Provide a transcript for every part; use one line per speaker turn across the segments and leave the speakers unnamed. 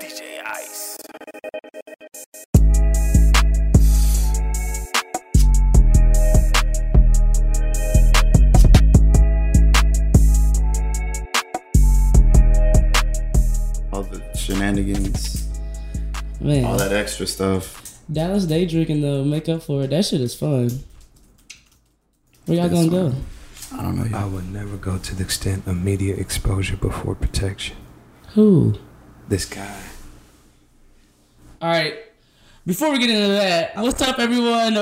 DJ Ice.
all the shenanigans,
Man,
all that extra stuff.
Dallas Day drinking though, make up for it. That shit is fun. Where y'all
It's
gonna go?
fun. I don't know.
I
yet.
would never go to the extent of media exposure before protection.
Who?
This guy.
All right. Before we get into that, what's up, everyone?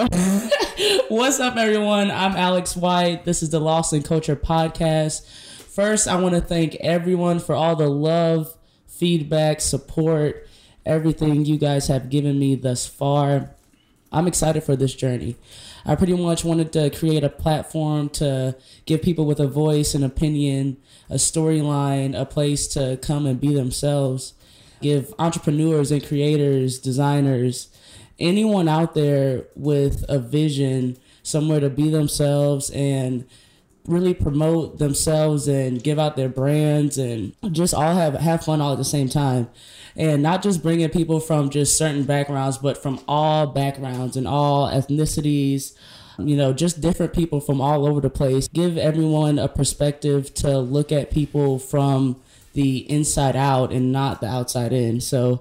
what's up, everyone? I'm Alex White. This is the Lost in Culture podcast. First, I want to thank everyone for all the love, feedback, support, everything you guys have given me thus far. I'm excited for this journey. I pretty much wanted to create a platform to give people with a voice, an opinion, a storyline, a place to come and be themselves. Give entrepreneurs and creators, designers, anyone out there with a vision somewhere to be themselves and really promote themselves and give out their brands and just all have have fun all at the same time and not just bringing people from just certain backgrounds but from all backgrounds and all ethnicities you know just different people from all over the place give everyone a perspective to look at people from the inside out and not the outside in so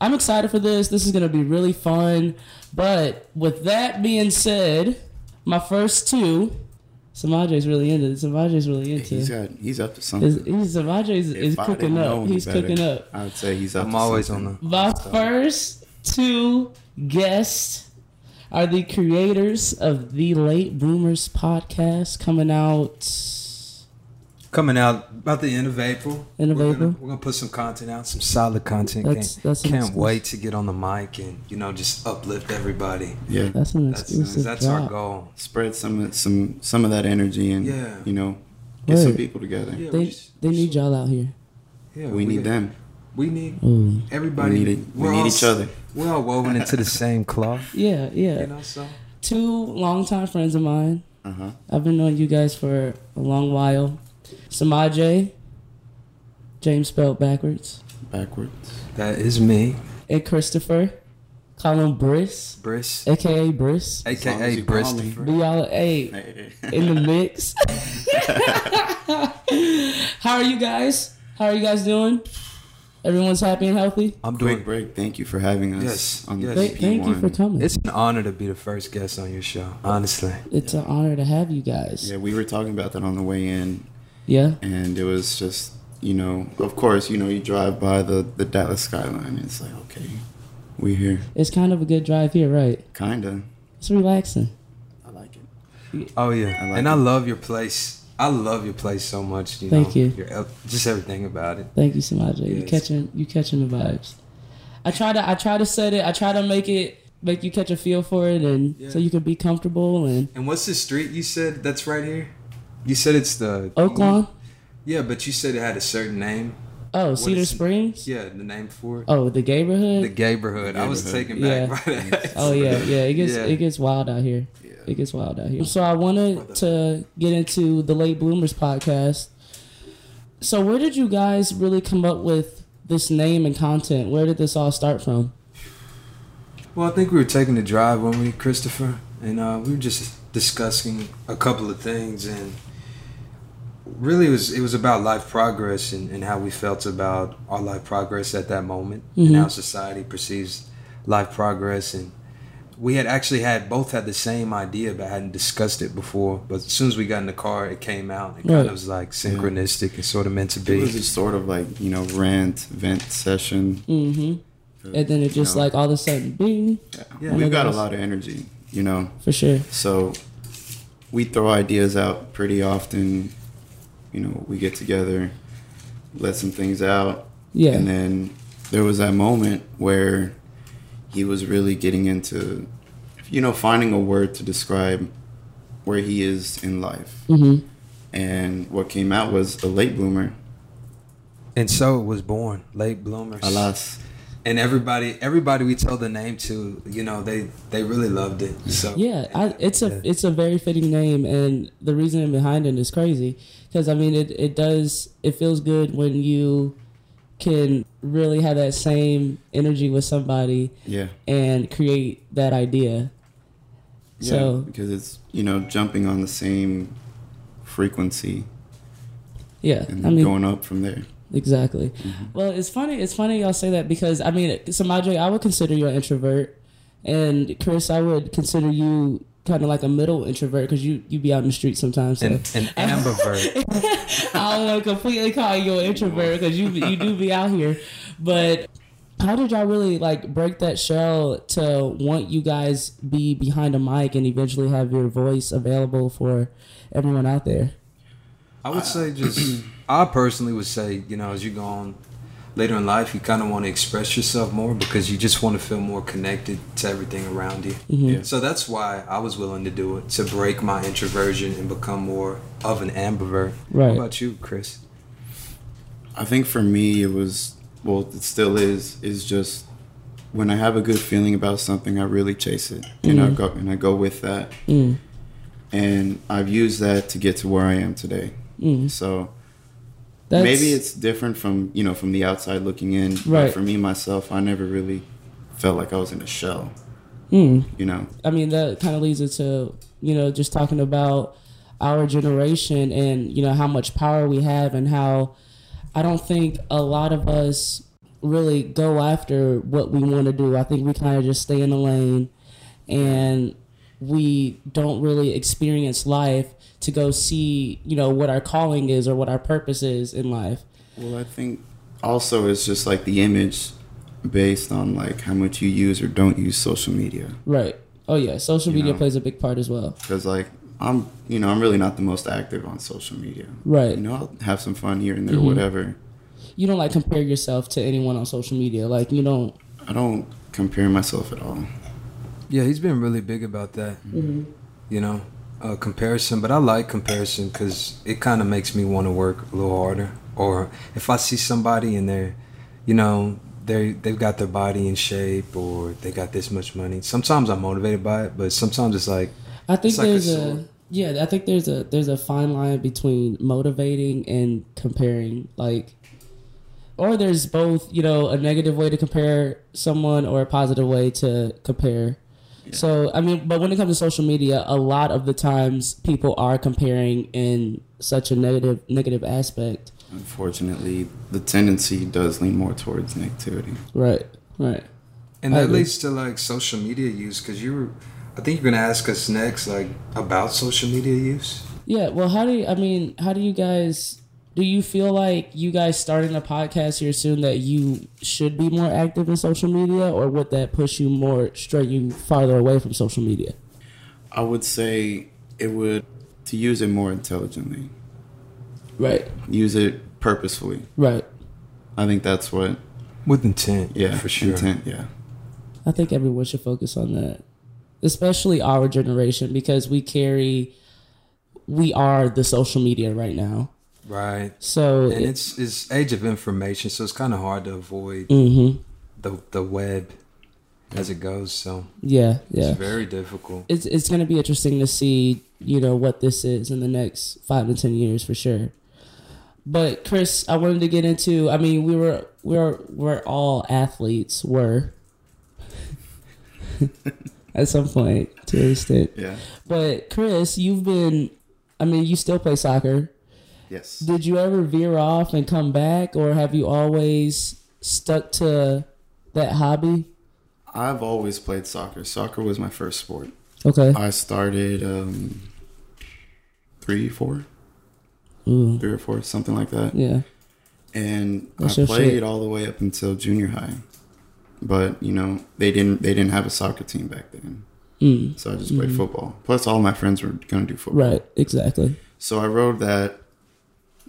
i'm excited for this this is going to be really fun but with that being said my first two Samaje's really into it. Samaje's really into
He's
it.
got he's up to
Is,
something.
he's, Samaje's is
If I
cooking
didn't know
up.
any
He's
better,
cooking up.
I'd say he's up.
I'm
to
always
something.
on the.
My first two guests are the creators of the Late Bloomers podcast coming out.
Coming out about the end of April.
End of
we're
April.
Gonna, we're gonna put some content out, some solid content.
That's-
can't
that's an
can't
exclusive.
wait to get on the mic and you know just uplift everybody.
Yeah,
That's an
That's
exclusive
that's
drop.
our goal.
spread some some some of that energy and
Yeah.
you know get some
Word.
people together.
Yeah, we
They,
just-
they need y'all out here.
yeah,
We need them.
We need
Ooh.
everybody.
We need it- we
we're
need
all
each
s-
other.
We're all woven into the same cloth.
Yeah, yeah.
You know, so
Two longtime friends of mine.
Uh huh.
I've been knowing you guys for a long while. Samaje, James spelled backwards,
Backwards.
that is me,
and Christopher, Colin Briss,
Briss,
aka Briss.
long as
aka
you call me.
Christopher.
Be y'all, hey, in the mix. How are you guys? How are you guys doing? Everyone's happy and healthy.
I'm
Quick
doing.
break. Thank you for having us
Yes,
on
yes.
the
Thank,
BP
thank you
one.
for coming. It's,
It's an honor to be the first guest on your show. Honestly,
an honor to have you guys.
Yeah, we were talking about that on the way in,
Yeah.
and it was just you know, of course, you know, you drive by the the Dallas skyline, and it's like okay, we here,
It's kind of a good drive here, right?
kinda.
It's relaxing.
I like it.
oh yeah,
I like
and I
it.
love your place. I love your place so much. You
Thank
know,
you.
Your, el- just everything about it.
Thank you, Samaja. You
Yes.
catching you catching the vibes. I try to I try to set it. I try to make it make you catch a feel for it, and so
Yeah.
you can be comfortable and
And what's the street you said that's right here? You said it's the
Oaklawn.
Yeah, but you said it had a certain name.
Oh, Cedar
is-
Springs.
Yeah, the name for it.
Oh, the
The
neighborhood.
neighborhood. I was
Gayborhood.
taken
Yeah.
back by that.
Oh yeah, yeah. It gets
Yeah.
it gets wild out here.
Yeah.
It gets wild out here. So I wanted to get into the late bloomers podcast. So where did you guys really come up with this name and content? Where did this all start from?
Well, I think we were taking a drive when we, Christopher, and uh, we were just discussing a couple of things, and really it was it was about life progress and, and how we felt about our life progress at that moment and how society perceives life progress and we had actually had both had the same idea but hadn't discussed it before but as soon as we got in the car it came out and kind
Right.
of was like synchronistic and sort of meant to
It
be
was just sort of like you know rant vent session.
Mm-hmm. And then it just like all of a sudden, bing,
Yeah.
We've got a lot of energy, you know.
for sure.
So we throw ideas out pretty often. You know, we get together, let some things out,
Yeah.
and then there was that moment where he was really getting into, you know, finding a word to describe where he is in life.
mm-hmm.
And what came out was a late bloomer,
and so it was born late bloomers
alas.
and everybody everybody we told the name to you know they they really loved it so
Yeah, I, it's a
Yeah.
it's a very fitting name, and the reasoning behind it is crazy. Because I mean, it it does it feels good when you can really have that same energy with somebody
Yeah.
and create that idea.
Yeah,
So
because it's you know jumping on the same frequency
yeah,
and Mm-hmm.
I mean
going up from there.
exactly. Well, it's funny. It's funny y'all say that because I mean, Samaje, I would consider you an introvert, and Chris, I would consider you kind of like a middle introvert because you you be out in the street sometimes. So.
An, an ambivert.
I don't want to completely call you an introvert because you you do be out here, but how did y'all really like break that shell to want you guys be behind a mic and eventually have your voice available for everyone out there?
I would say just, I personally would say, you know, as you go on later in life, you kind of want to express yourself more because you just want to feel more connected to everything around you.
Mm-hmm.
Yeah.
So that's why I was willing to do it to break my introversion and become more of an ambivert.
Right.
How about you, Chris?
I think for me it was well it still is is just when I have a good feeling about something I really chase it and
Mm-hmm.
I go and I go with that
Mm.
and I've used that to get to where I am today. So
Mm. That's,
maybe it's different from you know from the outside looking in. but
Right.
for me myself, I never really felt like I was in a shell.
Mm.
You know.
I mean, that kind of leads into, you know, just talking about our generation and, you know, how much power we have and how I don't think a lot of us really go after what we want to do. I think we kind of just stay in the lane and we don't really experience life to go see, you know, what our calling is or what our purpose is in life.
Well, I think also it's just like the image based on like how much you use or don't use social media.
Right. Oh, yeah. Social media
know.
plays a big part as well.
Because like I'm, you know, I'm really not the most active on social media.
Right.
You know, I'll have some fun here and there,
Mm-hmm.
whatever.
You don't like compare yourself to anyone on social media. Like, you don't.
I don't compare myself at all.
Yeah, he's been really big about that.
Mm-hmm.
You know, uh, comparison. But I like comparison because it kind of makes me want to work a little harder. Or if I see somebody and they're, you know, they they've got their body in shape or they got this much money. Sometimes I'm motivated by it, but sometimes it's like,
I think
It's like a
there's a,
sword.
yeah, I think there's a there's a fine line between motivating and comparing, like, or there's both, you know, a negative way to compare someone or a positive way to compare. So I mean, but when it comes to social media, a lot of the times people are comparing in such a negative negative aspect.
Unfortunately, the tendency does lean more towards negativity.
Right. Right.
and
I
that
agree.
leads to like social media use because you, were, I think you're gonna ask us next like about social media use.
Yeah, well, how do you, I mean, how do you guys do you feel like you guys starting a podcast here soon that you should be more active in social media or would that push you more straight you farther away from social media?
I would say it would to use it more intelligently,
Right.
use it purposefully.
Right.
I think that's what.
With intent,
Yeah,
for sure.
Intent, yeah.
I think everyone should focus on that. Especially our generation because we carry we are the social media right now.
Right.
So
and it's it's age of information, so it's kind of hard to avoid
mhm.
the the web as it goes. So
Yeah, yeah.
it's very difficult.
it's it's going to be interesting to see you know what this is in the next five to ten years for sure. But Chris, I wanted to get into. I mean, we were we were we're all athletes were at some point to an extent.
Yeah.
But Chris, you've been. I mean, you still play soccer.
Yes.
Did you ever veer off and come back, or have you always stuck to that hobby?
I've always played soccer. Soccer was my first sport.
Okay.
I started um, three, four,
Mm.
Ooh,
three or four, something like that.
yeah.
And
That's
I
your
played
shit.
all the way up until junior high. But you know, they didn't they didn't have a soccer team back then,
Mm,
so I just played football. Plus, all my friends were gonna do football.
right. Exactly.
So I rode that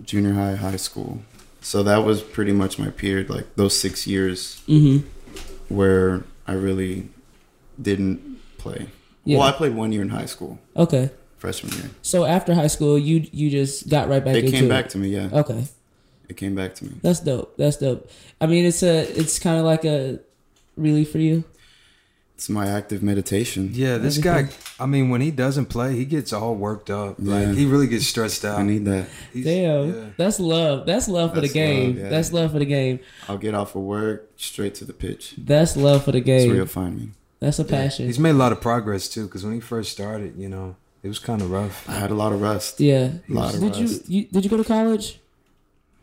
junior high, high school. So that was pretty much my period, like those six years
Mm-hmm.
where I really didn't play.
Yeah.
Well, I played one year in high school,
Okay.
freshman year.
So after high school, you you just got right back
It
into
came
it.
back to me, yeah.
Okay,
It came back to me.
that's dope. That's dope. I mean, it's a it's kind of like a relief for you.
It's my active meditation.
Yeah, this guy. I mean, when he doesn't play, he gets all worked up. Like
Yeah.
he really gets stressed out.
I need that.
He's-
Damn,
yeah.
that's love. That's love for the
That's
game.
love, yeah.
That's love for the game.
I'll get off of work straight to the pitch.
That's love for the
That's where
game.
you'll find me.
That's a passion.
He's made a lot of progress too, because when he first started, you know, it was kind of rough.
I had a lot of rust.
Yeah.
Lot of
Did you,
rust.
you did you go to college?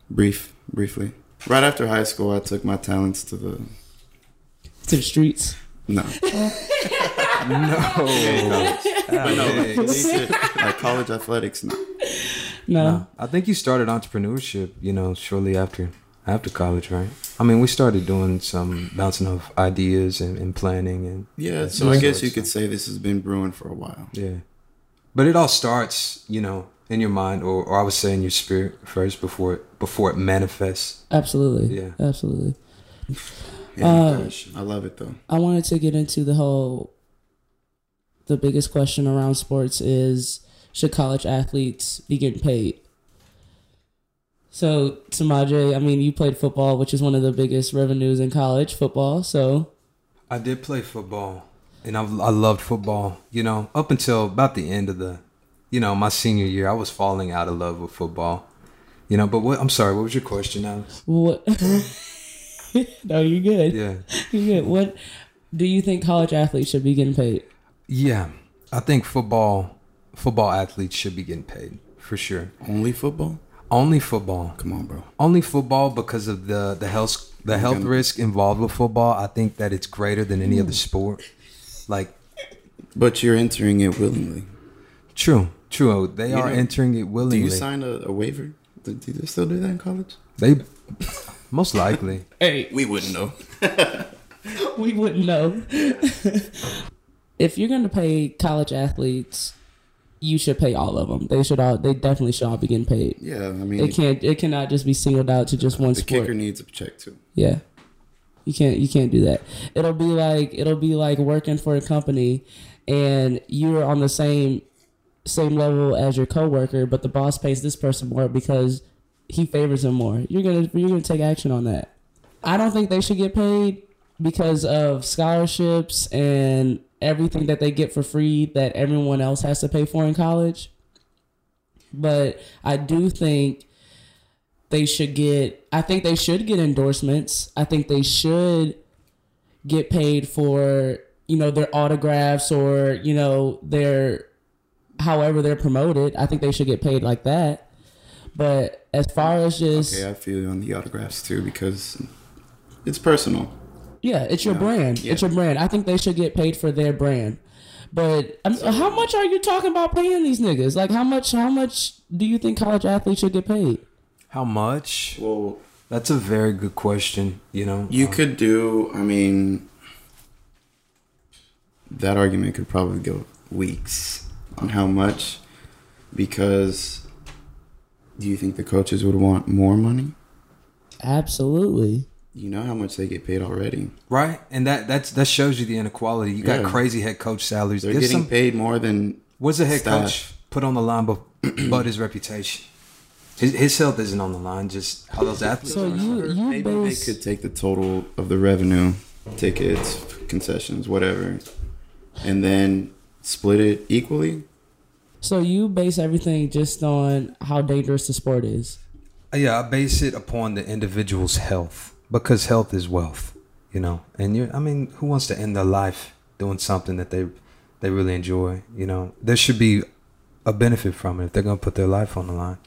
Brief, briefly. Right after high school, I took my talents to the.
To the streets.
No.
Oh, No,
But no, like,
Alex.
collegiate- like college athletics, no.
No.
I think you started entrepreneurship, you know, shortly after after college, right? I mean, we started doing some bouncing off ideas and, and planning, and
Yeah, so I guess you could say this has been brewing for a while.
yeah. But it all starts, you know, in your mind, or, or I would say in your spirit first before it, before it manifests.
Absolutely.
Yeah.
Absolutely.
Yeah,
Uh,
I love it though.
I wanted to get into the whole. The biggest question around sports is should college athletes be getting paid? So, Samaje, I mean, you played football, which is one of the biggest revenues in college football. So,
I did play football, and I, I loved football. You know, up until about the end of the, you know, my senior year, I was falling out of love with football. You know, but what? I'm sorry. What was your question, Alex?
what? no, you're good.
Yeah,
You're good. What do you think college athletes should be getting paid?
yeah. I think football, football athletes should be getting paid for sure.
Only football?
Only football.
Come on, bro.
only football because of the the health the health risk involved with football. I think that it's greater than any
Hmm.
other sport. Like
But you're entering it willingly.
true, true. They are
know,
entering
Do
it willingly.
you sign a, a waiver? Do, do they still do that in college?
they most likely.
Hey,
We wouldn't know.
we wouldn't know. if you're going to pay college athletes, you should pay all of them. They should all. They definitely should all be getting paid.
Yeah, I mean,
It can't. It cannot just be singled out to just one
the
sport.
kicker needs a check too.
Yeah. You can't you can't do that. It'll be like it'll be like working for a company and you're on the same same level as your coworker, but the boss pays this person more because he favors him more. You're gonna you're gonna take action on that. I don't think they should get paid because of scholarships and everything that they get for free that everyone else has to pay for in college. But I do think they should get I think they should get endorsements. I think they should get paid for, you know, their autographs or, you know, their however they're promoted. I think they should get paid like that. But as far as just
Okay, I feel you on the autographs too because it's personal.
Yeah, it's your brand. It's your brand. I think they should get paid for their brand. But I'm, how much are you talking about paying these niggas? Like how much? How much do you think college athletes should get paid?
How much?
Well,
That's a very good question. You know, Uh,
you could do. I mean, that argument could probably go weeks on how much, because do you think the coaches would want more money?
Absolutely.
You know how much they get paid already.
right? And that that's that shows you the inequality. You got
Yeah.
crazy head coach salaries.
They're
There's
getting
some-
paid more than
What's a head
Staff.
coach put on the line but, but his reputation? His, his health isn't on the line, just how those athletes
So
are.
you you
Maybe they
base
could take the total of the revenue, tickets, concessions, whatever, and then split it equally.
so you base everything just on how dangerous the sport is.
Yeah, I base it upon the individual's health because health is wealth, you know. And you, I mean, who wants to end their life doing something that they they really enjoy? You know, there should be a benefit from it if they're gonna put their life on the line.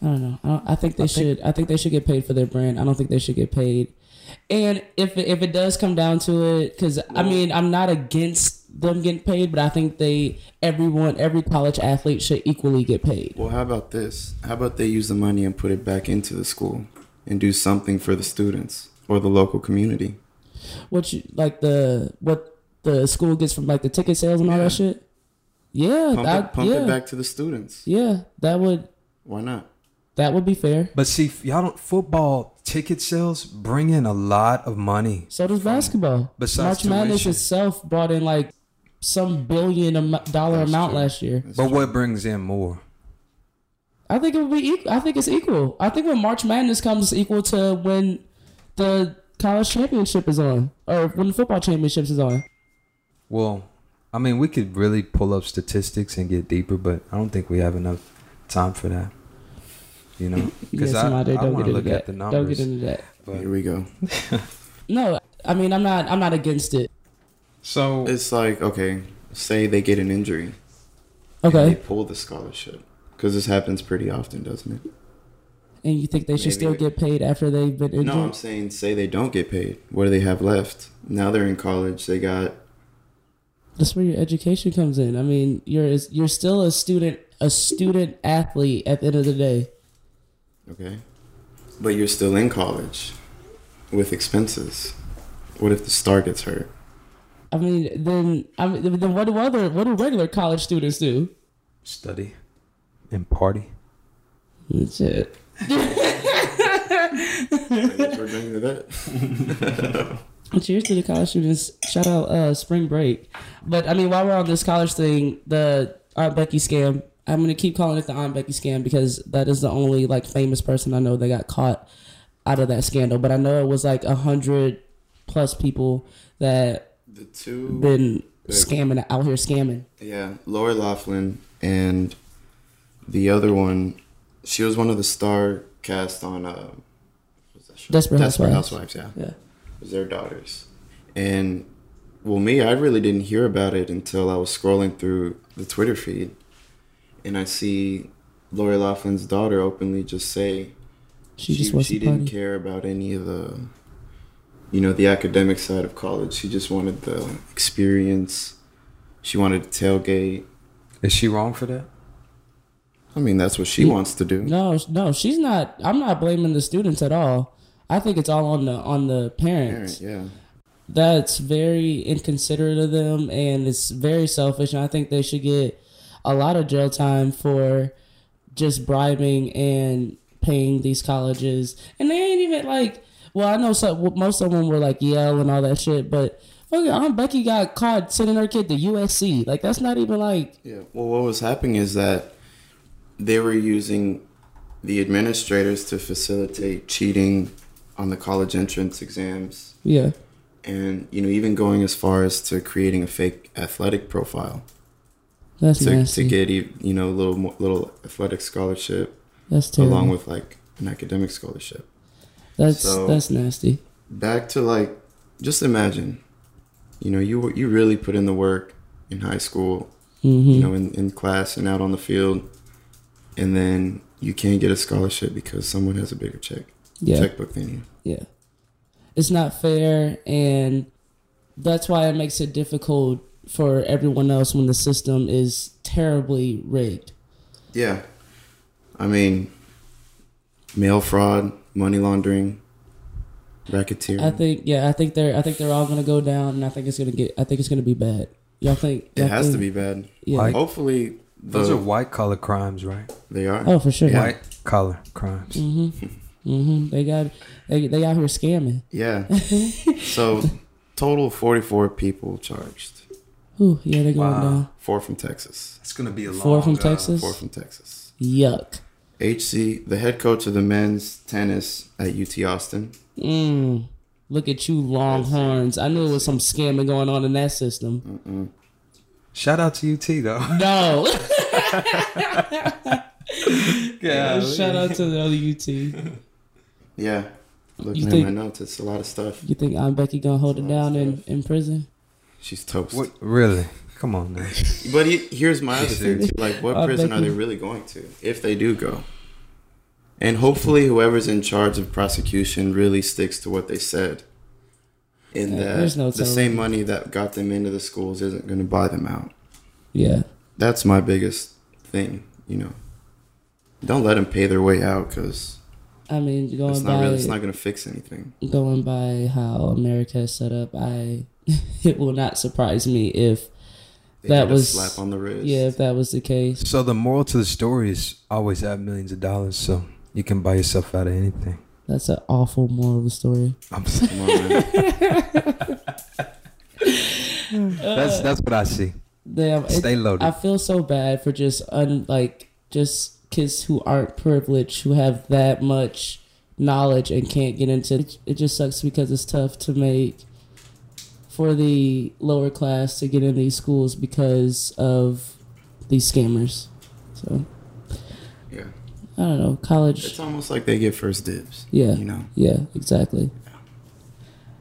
I don't know. I, don't, I think they should. I think they should get paid for their brand. I don't think they should get paid. And if it- if it does come down to it, because I mean, I'm not against them getting paid, but I think they everyone every college athlete should equally get paid.
Well, how about this? How about they use the money and put it back into the school and do something for the students or the local community?
What you like the what the school gets from like the ticket sales and all that shit. Yeah,
Pump,
that,
it, pump
yeah,
it back to the students.
yeah. That would
Why not?
that would be fair.
But see, y'all don't football ticket sales bring in a lot of money.
So does basketball.
Besides
March Madness
tuition.
itself brought in like some billion am- dollar amount last year.
But what brings in more?
I think it would be. Equal. I think it's equal. I think when March Madness comes, it's equal to when the college championship is on, or when the football championships is on.
Well, I mean, we could really pull up statistics and get deeper, but I don't think we have enough time for that. You know,
Yeah,
because I,
somebody
I
don't
want
get into
to look
that.
at the
Don't
numbers.
get into that.
Here we go.
No, I mean I'm not. I'm not against it.
So
It's like okay, say they get an injury, they
Okay,
pull the scholarship because this happens pretty often, doesn't it?
and you think they should
Maybe
still
we-
get paid after they've been injured?
No, I'm saying say they don't get paid. What do they have left? Now they're in college. They got
That's where your education comes in. I mean, you're you're still a student, a student athlete at the end of the day.
okay, but you're still in college with expenses. What if the star gets hurt?
I mean, then I mean, then what do other what do regular college students do?
study and party.
Shit.
I guess we're bringing it up.
Cheers to the college students. Shout out uh, spring break. But I mean, while we're on this college thing, the Aunt Becky scam. I'm gonna keep calling it the Aunt Becky scam because that is the only like famous person I know that got caught out of that scandal. But I know it was like a hundred plus people that
The two
been scamming out here scamming.
Yeah, Lori Laughlin and the other one, she was one of the star cast on uh, what was that show?
Desperate Housewives.
Housewives. Yeah,
Yeah.
It was their daughters. And well, me, I really didn't hear about it until I was scrolling through the Twitter feed, and I see Lori Laughlin's daughter openly just say
She, just wasn't
she
party.
didn't care about any of the, you know, the academic side of college. She just wanted the experience. She wanted to tailgate.
Is she wrong for that?
I mean, that's what she wants to do.
No, no, she's not. I'm not blaming the students at all. I think it's all on the on the parents.
Parent, yeah.
That's very inconsiderate of them, and it's very selfish. And I think they should get a lot of jail time for just bribing and paying these colleges. And they ain't even like. Well, I know some, well, most of them were like Yale and all that shit, but fucking Aunt Becky got caught sending her kid to USC. Like that's not even like
Yeah. Well, what was happening is that they were using the administrators to facilitate cheating on the college entrance exams
yeah.
and, you know, even going as far as to creating a fake athletic profile
That's
to, to
nasty.
get, e- you know, a little, mo- little athletic scholarship
that's terrible.
along with like an academic scholarship.
that's
so-
that's nasty.
back to like just imagine you know you you really put in the work in high school
Mm-hmm.
you know in, in class and out on the field and then you can't get a scholarship because someone has a bigger check
Yeah.
checkbook than you
Yeah. It's not fair and that's why it makes it difficult for everyone else when the system is terribly rigged.
yeah i mean mail fraud money laundering racketeering
I think yeah, I think they're I think they're all gonna go down and I think it's gonna get I think it's gonna be bad. Y'all think
it has to be bad
Yeah.
Like-
hopefully the,
Those are white collar crimes, right?
they are
Oh for sure.
Uh, Yeah.
White collar crimes.
hmm They got they they out here scamming.
yeah so total 44 people charged
Ooh, yeah, they're going
Wow.
down.
four from texas
It's gonna be a long.
Four from
uh,
Texas.
four from texas
Yuck.
HC, the head coach of the men's tennis at UT Austin.
Mm. Look at you, Longhorns. I knew it was some scamming going on in that system.
Shout out to UT though.
No.
Yeah.
Shout out to the other UT.
Yeah. Looking
You
at
think-
my notes, it's a lot of stuff.
You think Aunt Becky gonna hold it down in, in prison?
She's toast.
What? Really? Come on now.
But he, here's my other thing: too. like, what
I
prison
bet
are they
you-
really going to if they do go? And hopefully, whoever's in charge of prosecution really sticks to what they said. In
Yeah,
that
there's no
the
telling.
same money that got them into the schools isn't going to buy them out.
Yeah.
That's my biggest thing, you know. Don't let them pay their way out because
I mean,
it's
going
not
by
really, it's not going to fix anything.
going by how America is set up, I it will not surprise me if
They
That
get a
was-
slap on the wrist.
yeah, if that was the case.
So the moral to the story is always have millions of dollars, so you can buy yourself out of anything.
That's an awful moral of the story.
I'm s-
Come on, man.
that's that's what I see.
Damn, it-
Stay loaded.
I feel so bad for just un like just kids who aren't privileged who have that much knowledge and can't get into it. It just sucks because it's tough to make for the lower class to get in these schools because of these scammers. So
Yeah.
I don't know. College.
It's almost like they get first dibs.
Yeah.
You know.
Yeah, exactly.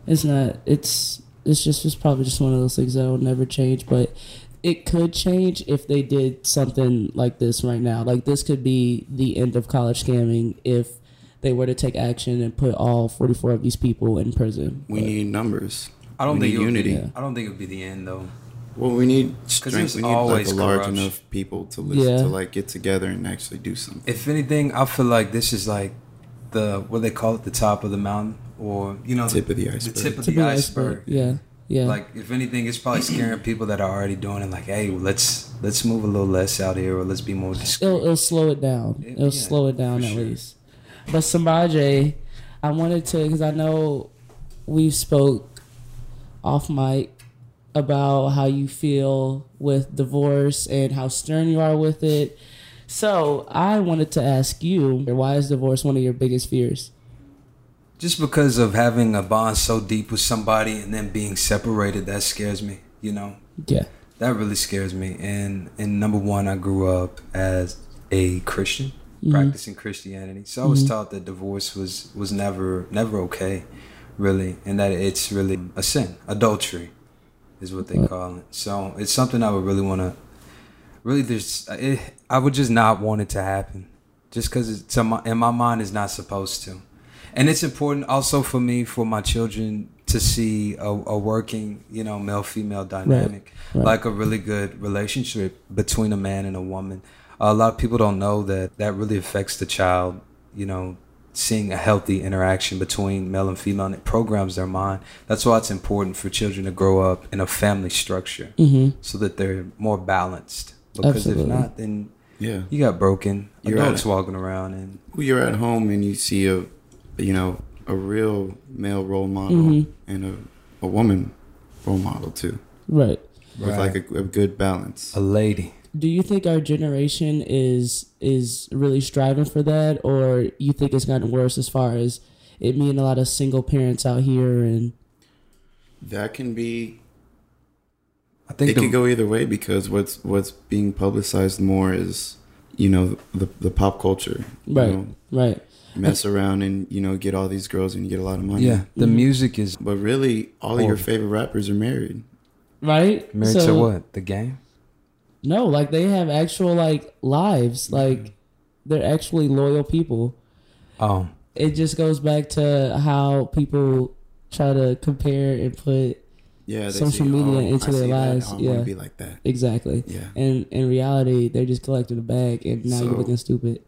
It's not. It's it's just it's probably just one of those things that will never change. But it could change if they did something like this right now. Like this could be the end of college scamming if they were to take action and put all forty four of these people in prison.
We need numbers.
I don't
we
think
need
it would be-
unity.
Yeah.
I don't think it would be the end though.
Well, we need
there's
strength. We need like
always
a large
corruption.
enough people to listen
Yeah.
to like get together and actually do something.
If anything, I feel like this is like the what they call it, the top of the mountain, or you know,
Tip of the
The
iceberg.
tip of
To
the
be an
iceberg.
Yeah. Yeah.
Like if anything, it's probably scaring people that are already doing it. Like, hey, well, let's let's move a little less out here, or let's be more discreet.
it'll, it'll slow it down.
It-
It'll
yeah,
slow it down
for
at
sure.
least. But Sambaje, I wanted to because I know we spoke off mic about how you feel with divorce and how stern you are with it. So I wanted to ask you, why is divorce one of your biggest fears?
Just because of having a bond so deep with somebody and then being separated, that scares me. You know,
Yeah.
that really scares me. And and number one, I grew up as a Christian, practicing Christianity, so I was taught that divorce was was never never okay, really, and that it's really a sin, adultery, is what they call it. So it's something I would really want to. Really, there's it, I would just not want it to happen, just because it's in my, in my mind is not supposed to, and it's important also for me for my children to see a, a working you know male female dynamic
Right.
like a really good relationship between a man and a woman. A lot of people don't know that that really affects the child, you know, seeing a healthy interaction between male and female and it programs their mind. That's why it's important for children to grow up in a family structure
Mm-hmm.
so that they're more balanced. Because
Absolutely.
if not, then
Yeah.
you got broken
You're
adults
right.
walking around and
Well, you're at home and you see a, you know, a real male role model
Mhm.
and a, a woman role model too,
Right.
with like a, a good balance.
a lady.
Do you think our generation is is really striving for that, or you think it's gotten worse as far as it being a lot of single parents out here and
That can be.
I think
it
the-
could go either way because what's what's being publicized more is, you know, the the pop culture. you
Right.
know,
Right.
mess around and you know get all these girls and you get a lot of money.
yeah, the music is
But really, all of your favorite rappers are married.
Right?
married to
So-
what? The game?
No, like they have actual like lives. Like they're actually loyal people.
Oh,
It just goes back to how people try to compare and put
Yeah, they "Oh,
Social media into
I
their
see that.
lives,
I
yeah.
want to be like that.
exactly.
Yeah.
And in reality, they're just collecting a bag, and now you're
So-
looking stupid.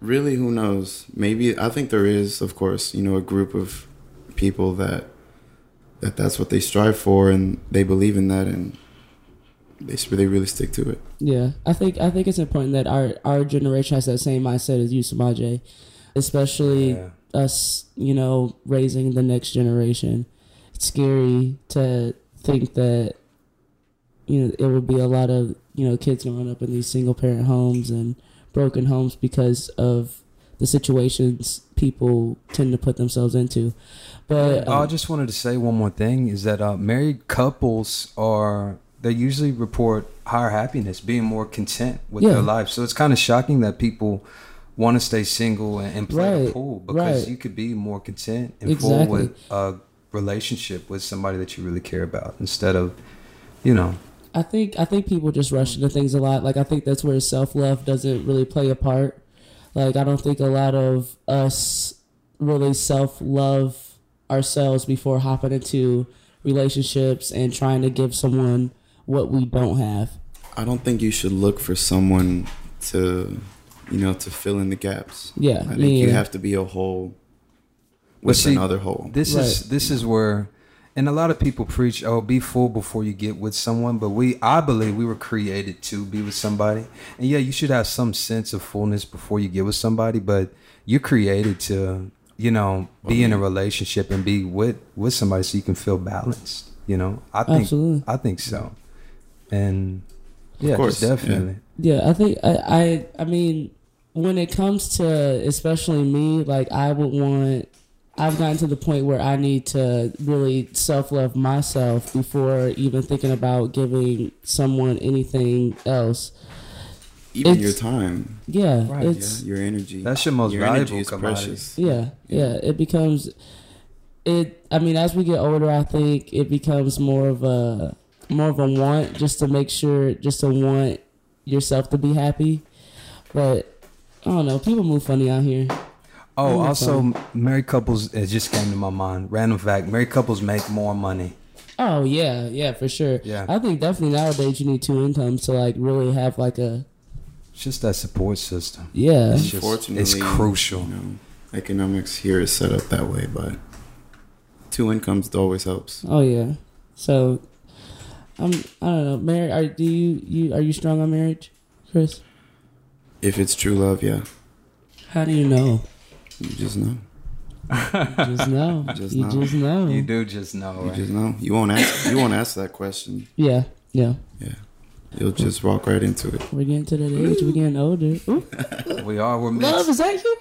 Really, who knows? Maybe I think there is, of course, you know, a group of people that that that's what they strive for and they believe in that and they s- they really stick to it.
Yeah, I think I think it's important that our our generation has that same mindset as you, Samaje, especially
yeah.
us, you know, raising the next generation. It's scary to think that you know it would be a lot of you know kids growing up in these single parent homes and broken homes because of the situations people tend to put themselves into. But
I
um,
uh, just wanted to say one more thing is that uh, married couples are they usually report higher happiness, being more content with
Yeah.
their life. So it's kind of shocking that people want to stay single and, and play the
Right,
pool because
right.
you could be more content and full
Exactly.
with a relationship with somebody that you really care about instead of you know
I think I think people just rush into things a lot. Like I think that's where self love doesn't really play a part. Like I don't think a lot of us really self love ourselves before hopping into relationships and trying to give someone what we don't have.
I don't think you should look for someone to, you know, to fill in the gaps.
Yeah,
I think
me
you
either.
have to be a whole
But
with
see,
another whole.
This is this is where, and a lot of people preach, "Oh, be full before you get with someone." But we, I believe, we were created to be with somebody, and yeah, you should have some sense of fullness before you get with somebody. But you're created to, you know, be in a relationship and be with with somebody so you can feel balanced. You know, I think
Absolutely.
I think so, and yeah,
course, yeah.
definitely.
Yeah, I think I I, I mean when it comes to especially me, like I would want I've gotten to the point where I need to really self love myself before even thinking about giving someone anything else.
Even
It's-
your time,
Yeah.
Right,
it's
your energy.
That's your most
your
valuable commodity.
precious.
yeah, yeah, It becomes it I mean, as we get older I think it becomes more of a more of a want just to make sure just to want yourself to be happy. But I don't know, people move funny out here.
Oh,
Mm,
also, married couples. It just came to my mind. Random fact: married couples make more money.
Oh yeah, yeah, for sure.
Yeah.
I think definitely nowadays you need two incomes to like really have like a
It's just that support system.
yeah.
It's just-
Unfortunately,
it's crucial.
You know, economics here is set up that way, but two incomes always helps.
Oh yeah. So I'm I don't know, Mary are do you, you are you strong on marriage, Chris?
If it's true love, yeah,
How do you know?
you just know.
You just know.
Just
you
know.
just know.
You do just know,
You
right?
just know. You won't ask. You won't ask that question.
Yeah, yeah.
Yeah, you'll just walk right into it.
We're getting to that age, we're getting older. Ooh,
we are. We're mixed.
love, is that you?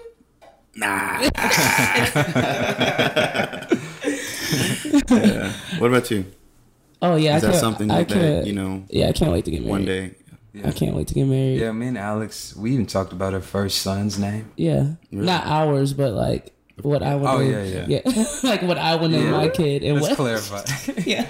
What about you?
Oh yeah,
Is
I
that
can't,
something
I
that,
can't,
you know
Yeah, I can't wait to get married.
one day?
I can't wait to get married.
Yeah, me and Alex, we even talked about her first son's name.
Yeah. Not ours, but like what I want
Oh,
to
yeah, yeah.
like what I want to name
Yeah.
my kid and what
Let's clarify.
yeah.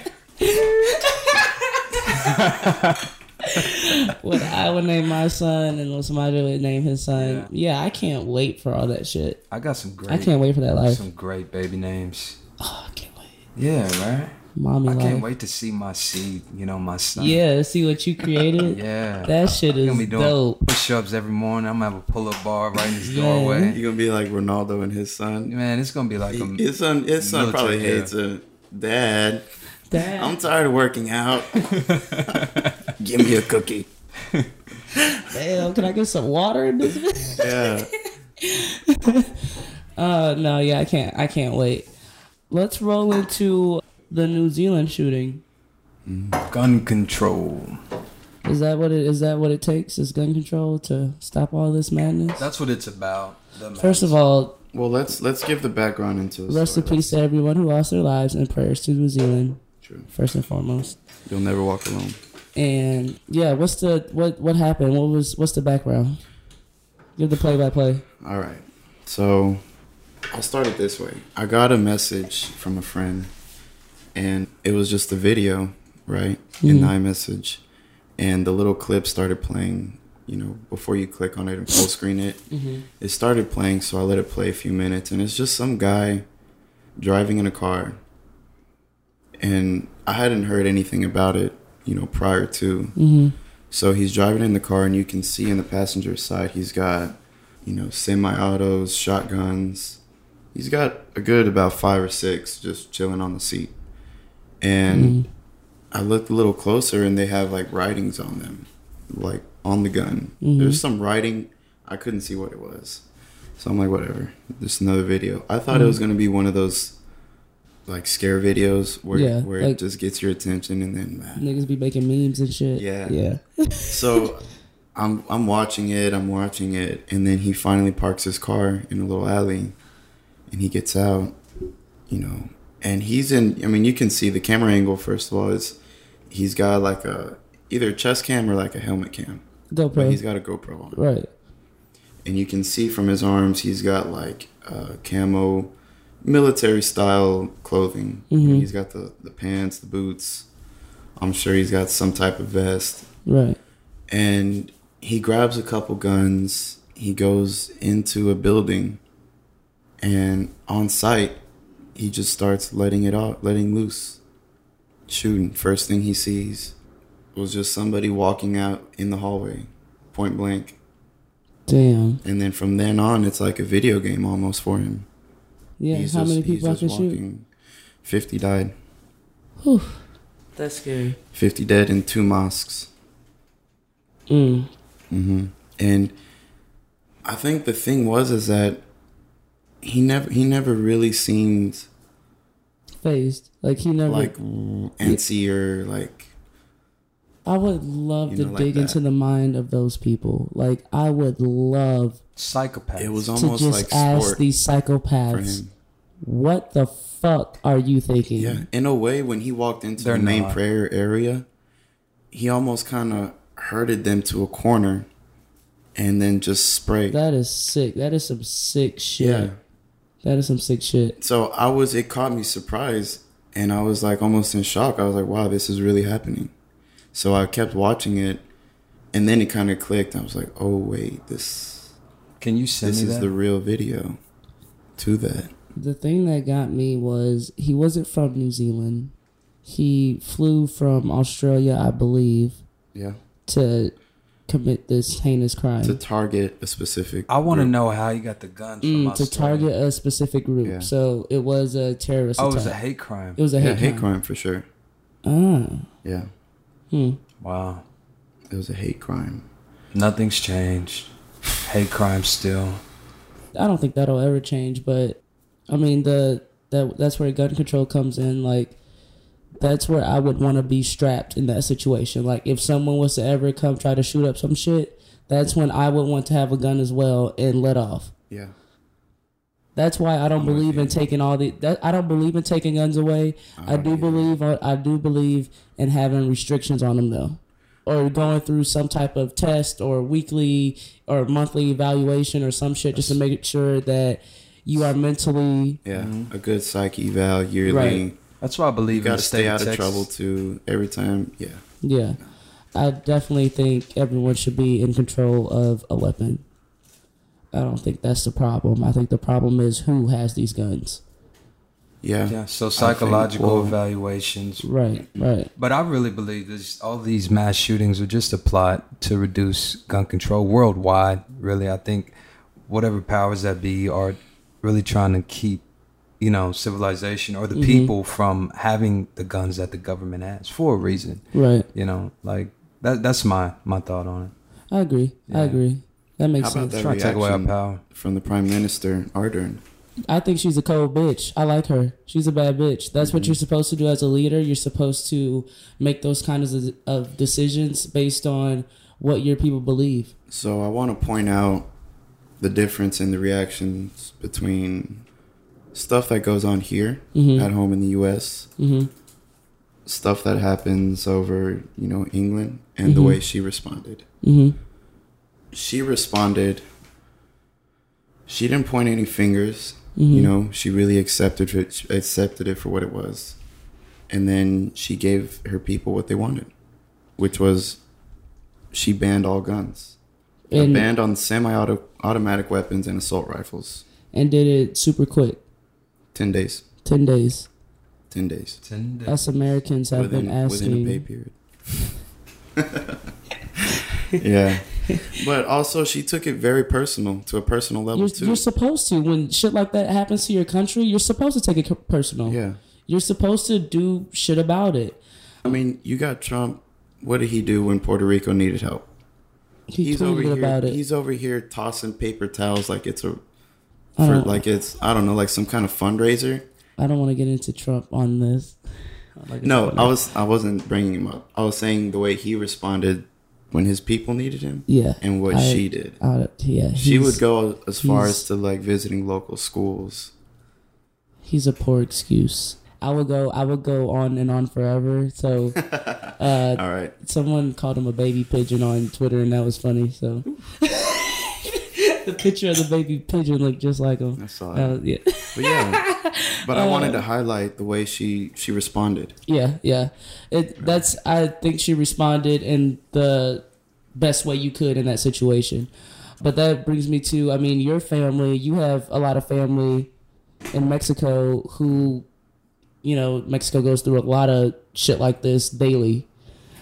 what I would name my son and what somebody would name his son. Yeah, I can't wait for all that shit.
I got some great.
I can't wait for that life.
Some great baby names.
Oh, I can't wait.
Yeah, right.
Mommy
I
life.
can't wait to see my seed. You know, my son.
Yeah, see what you created.
Yeah.
That shit
I'm gonna be
is
doing
dope.
push-ups every morning. I'm gonna have a pull-up bar right in his
Yeah.
doorway.
You're gonna be like Ronaldo and his son.
Man, it's gonna be like a
His son, his son probably
Military, yeah.
hates it. Dad,
That
I'm tired of working out. Give me a cookie.
damn, can I get some water in this? bitch?
Yeah.
Uh, no, yeah, I can't. I can't wait. Let's roll into the New Zealand shooting.
gun control.
Is that what it is? That what it takes? Is gun control to stop all this madness?
That's what it's about. The
First of all,
Well, let's let's give the background into the
rest in
story.
peace to everyone who lost their lives, and prayers to New Zealand
True.
first and foremost.
You'll never walk alone.
And yeah, what's the what what happened? What was what's the background? Give the play by play.
All right. So I'll start it this way. I got a message from a friend, and it was just a video, right? In the iMessage. And the little clip started playing, you know, before you click on it and full screen it. It started playing, so I let it play a few minutes. And it's just some guy driving in a car. And I hadn't heard anything about it, you know, prior to. So he's driving in the car, and you can see in the passenger side, he's got you know, semi-autos, shotguns. He's got a good about five or six just chilling on the seat. And I looked a little closer, and they have like writings on them, like on the gun. There's some writing. I couldn't see what it was, so I'm like, whatever. Just another video. I thought it was
Mm.
gonna be one of those like scare videos where
Yeah,
where
like-
it just gets your attention and then. ah,
Niggas be making memes and shit.
Yeah.
yeah.
so I'm I'm watching it, I'm watching it, and then he finally parks his car in a little alley and he gets out, you know. And he's in I mean, you can see the camera angle first of all is he's got like a either a chest cam or like a helmet cam. But he's
GoPro.
got a GoPro on
Right.
and you can see from his arms he's got like uh, camo military style clothing
Mhm.
he's got the, the pants the boots i'm sure he's got some type of vest
Right.
and he grabs a couple guns. He goes into a building, and on sight, he just starts letting it out, letting loose, shooting. First thing he sees was just somebody walking out in the hallway, point blank.
Damn.
And then from then on, it's like a video game almost for him.
Yeah. How many people I can shoot?
Fifty died,
That's scary.
fifty dead in two mosques.
Mm.
and I think the thing was is that he never he never really seemed
Phased. Like he never.
like antsy or like
I would love
You
to
know, like
dig
that.
into the mind of those people. Like I would love
Psychopath.
It was
to
almost
just
like
ask
sport
these
for
psychopaths,
him.
what the fuck are you thinking?
Yeah, in a way, when he walked into
They're
the main
not.
prayer area, he almost kind of herded them to a corner, and then just sprayed.
That is sick. That is some sick shit.
yeah.
That is some sick shit.
So I was. It caught me surprised, and I was like almost in shock. I was like, "Wow, this is really happening." So I kept watching it, and then it kind of clicked. I was like, "Oh wait, this
Can you send
this
me
is
that?
the real video to that."
The thing that got me was he wasn't from New Zealand. He flew from Australia, I believe,
Yeah.
to commit this heinous crime.
To target a specific.
I want to
group.
know how you got the gun from
Mm,
my
to
store.
target a specific group.
Yeah.
So it was a terrorist
Oh, it
attack.
was a hate crime.
it was a
Yeah,
hate,
hate
crime.
crime for sure. Yeah,
Ah, hmm.
Wow.
it was a hate crime.
Nothing's changed. Hate crime still.
I don't think that'll ever change, but I mean the that that's where gun control comes in. Like that's where I would want to be strapped in that situation. Like if someone was to ever come try to shoot up some shit, that's when I would want to have a gun as well and let off.
Yeah.
That's why I don't
with
believe in
you.
taking all the. That, I don't believe in taking guns away. I do believe. I, I do believe in having restrictions on them though, or going through some type of test or weekly or monthly evaluation or some shit just to make sure that you are mentally.
Yeah, a good psyche eval yearly.
Right.
That's why I believe
You got
in the
to
state
stay out of
Texas.
trouble too. Every time, yeah,
Yeah, I definitely think everyone should be in control of a weapon. I don't think that's the problem. I think the problem is who has these guns.
yeah,
Yeah, so psychological
well-
evaluations.
Right. Right.
But I really believe this, all these mass shootings are just a plot to reduce gun control worldwide. Really, I think whatever powers that be are really trying to keep, you know, civilization or the people from having the guns that the government has for a reason.
Right.
You know, like that. That's my my thought on it.
I agree. I
Yeah.
agree. That makes
How about
sense.
that
Trying to take away our
reaction
power.
from the prime minister Ardern.
I think she's a cold bitch. I like her. She's a bad bitch. That's
Mm-hmm.
what you're supposed to do as a leader. You're supposed to make those kinds of, of decisions based on what your people believe.
So I want to point out the difference in the reactions between stuff that goes on here at home in the U.S.
Mhm.
Stuff that happens over, you know, England, and the way she responded.
Mm-hmm.
she responded she didn't point any fingers you know she really accepted it accepted it for what it was and then she gave her people what they wanted which was she banned all guns a
And
ban on semi-automatic weapons and assault rifles
and did it super quick,
10 days
ten days.
10 days
Us Americans have
within,
been
within a pay
asking.
period yeah but also she took it very personal to a personal level
You're,
too
you're supposed to when shit like that happens to your country. You're supposed to take it co- personal.
yeah
You're supposed to do shit about it.
I mean, you got Trump. What did he do when Puerto Rico needed help?
He
He's
tweeted
over here.
about it.
He's over here tossing paper towels like it's a,
I
for,
don't,
like it's I don't know, like some kind of fundraiser.
I don't want to get into Trump on this. Like it's
No,
funny.
I was I wasn't bringing him up. I was saying the way he responded when his people needed him
Yeah.
and what
I-
she did.
I, yeah.
She
he's-
would go as far
he's-
as to like visiting local schools.
He's a poor excuse. I would go. I would go on and on forever. So, uh,
All right,
someone called him a baby pigeon on Twitter, and that was funny. So, the picture of the baby pigeon looked just like him.
I saw
That
it.
was- Uh, yeah,
But yeah, but I wanted to highlight the way she she responded.
yeah, yeah. It, that's. I think she responded in the best way you could in that situation. But that brings me to. I mean, your family. You have a lot of family in Mexico who, you know, Mexico goes through a lot of shit like this daily.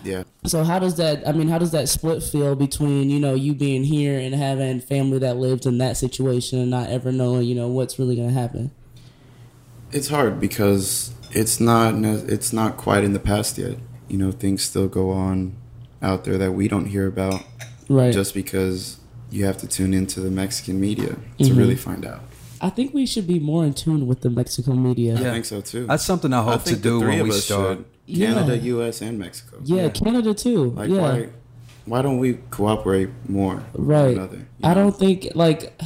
Yeah,
So how does that? I mean, how does that split feel between you know you being here and having family that lived in that situation and not ever knowing you know what's really gonna happen?
It's hard because it's not ne- it's not quite in the past yet. You know, things still go on out there that we don't hear about
Right. Mm-hmm.
just because you have to tune into the Mexican media to really find out.
I think we should be more in tune with the Mexican media.
I
Yeah.
think so too.
That's something I
I
hope to
think the
do
three
when
of
we
us
start.
should. Canada,
Yeah.
U.S., and Mexico.
Yeah,
Yeah.
Canada too.
Like
yeah,
why? Why don't we cooperate more? with one
right.
another, you
I
know?
don't think like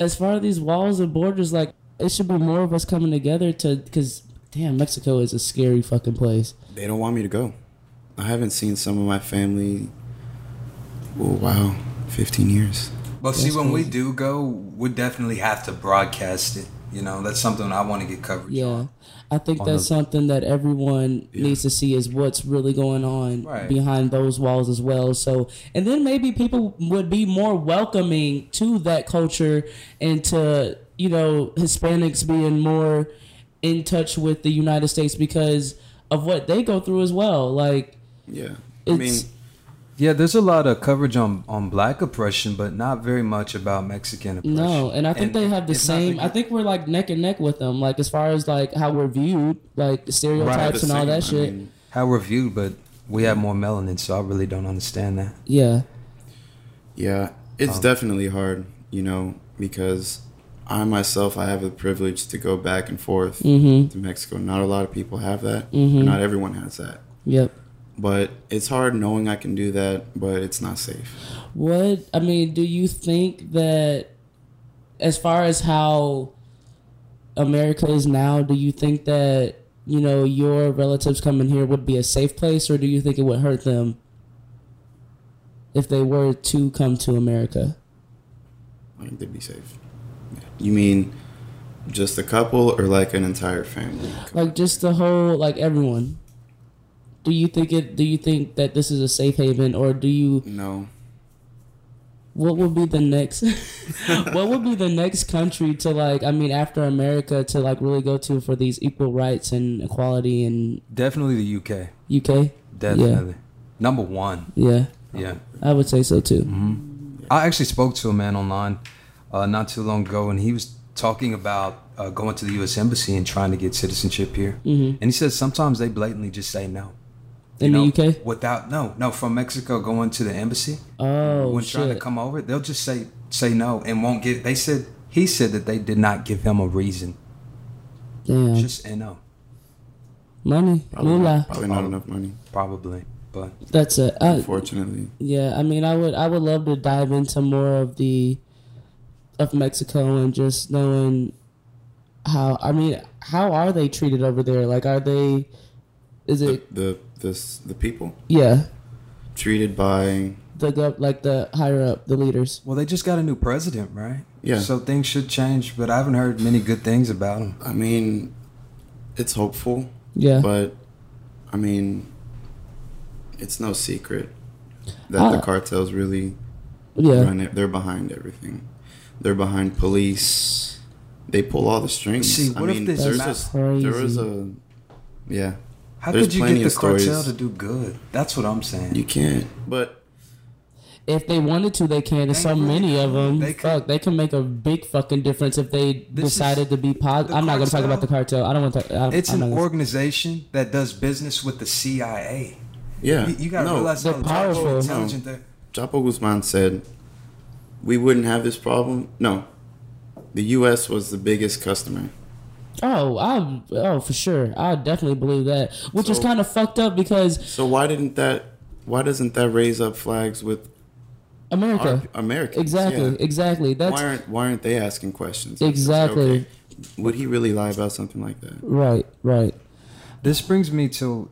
as far as these walls and borders, like it should be more of us coming together to because damn, Mexico is a scary fucking place.
They don't want me to go. I haven't seen some of my family. Oh wow, fifteen years.
But see,
That's
when we do go, we definitely have to broadcast it. You know, that's something I want to get coverage.
Yeah, I think
On
that's
the-
something that everyone
Yeah.
needs to see is what's really going on
Right.
behind those walls as well. So, and then maybe people would be more welcoming to that culture and to you know Hispanics being more in touch with the United States because of what they go through as well. Like,
Yeah, I
It's-
mean,
Yeah, there's a lot of coverage on on black oppression, but not very much about Mexican oppression.
No, and I think they have the
it's not
same.
the-
I think we're like neck and neck with them, like as far as like how we're viewed, like the stereotypes
the
and all
same,
that
I
shit.
mean,
how we're viewed, but we have more melanin, so I really don't understand that.
yeah,
yeah, it's
Oh.
definitely hard, you know, because I myself I have the privilege to go back and forth
Mm-hmm.
to Mexico. Not a lot of people have that. Not everyone has that.
yep.
But it's hard knowing I can do that, but it's not safe.
What I mean, do you think that as far as how America is now, do you think that you know your relatives coming here would be a safe place, or do you think it would hurt them if they were to come to America?
I think they'd be safe. You mean just a couple or like an entire family?
like just the whole like everyone do you think it do you think that this is a safe haven or do you
No.
what would be the next what would be the next country to like i mean after america to like really go to for these equal rights and equality in
Definitely the UK.
uk
Definitely. Number one.
yeah
Yeah.
i would say so too
Mm-hmm. I actually spoke to a man online uh, not too long ago, and he was talking about uh, going to the U.S. Embassy and trying to get citizenship here. And he said sometimes they blatantly just say no.
Mm-hmm. in
You
the
know,
uk
Without, no, no, from Mexico going to the embassy.
oh
when trying to
shit.
come over, they'll just say say no and won't give. They said, he said that they did not give him a reason.
damn
Just no,
money moolah
Probably not enough money,
probably. But
that's it I,
unfortunately.
Yeah, I mean, I would I would love to dive into more of the of Mexico and just knowing how I mean, how are they treated over there? Like, are they? Is
The
it
the this the people
yeah
treated by
the gov like the higher up the leaders?
well, they just got a new president, right?
Yeah.
So things should change, but I haven't heard many good things about him.
I mean, it's hopeful,
Yeah,
but I mean, it's no secret that the
Uh,
cartels really
yeah,
run it. They're behind everything. They're behind police. They pull all the strings.
See,
I
what if
mean,
this-
there's
That's
a, there was
crazy.
a yeah.
How
There's
could you
plenty
get the
of stories.
cartel to do good? That's what I'm saying.
You can't. But
if they wanted to, they can. There's so
They-
many of them.
they could-
Fuck, they can make a big fucking difference if they
This
decided
is-
to be positive.
the
I'm not gonna talk
cartel-
about the cartel. I don't want to. talk I,
it's
I'm
an
not gonna-
organization that does business with the CIA.
yeah,
You, you gotta
no,
realize
They're
how powerful,
powerful.
intelligent they
Chapo Guzman said, "We wouldn't have this problem." No, the U.S. was the biggest customer.
Oh, I oh for sure. I definitely believe that, which is
So-
kind of fucked up because
So why didn't that? Why doesn't that raise up flags with
America.
our Americans?
Exactly,
Yeah.
exactly. That's
Why aren't Why aren't they asking questions?
Exactly.
Okay, Would he really lie about something like that?
right, right.
This brings me to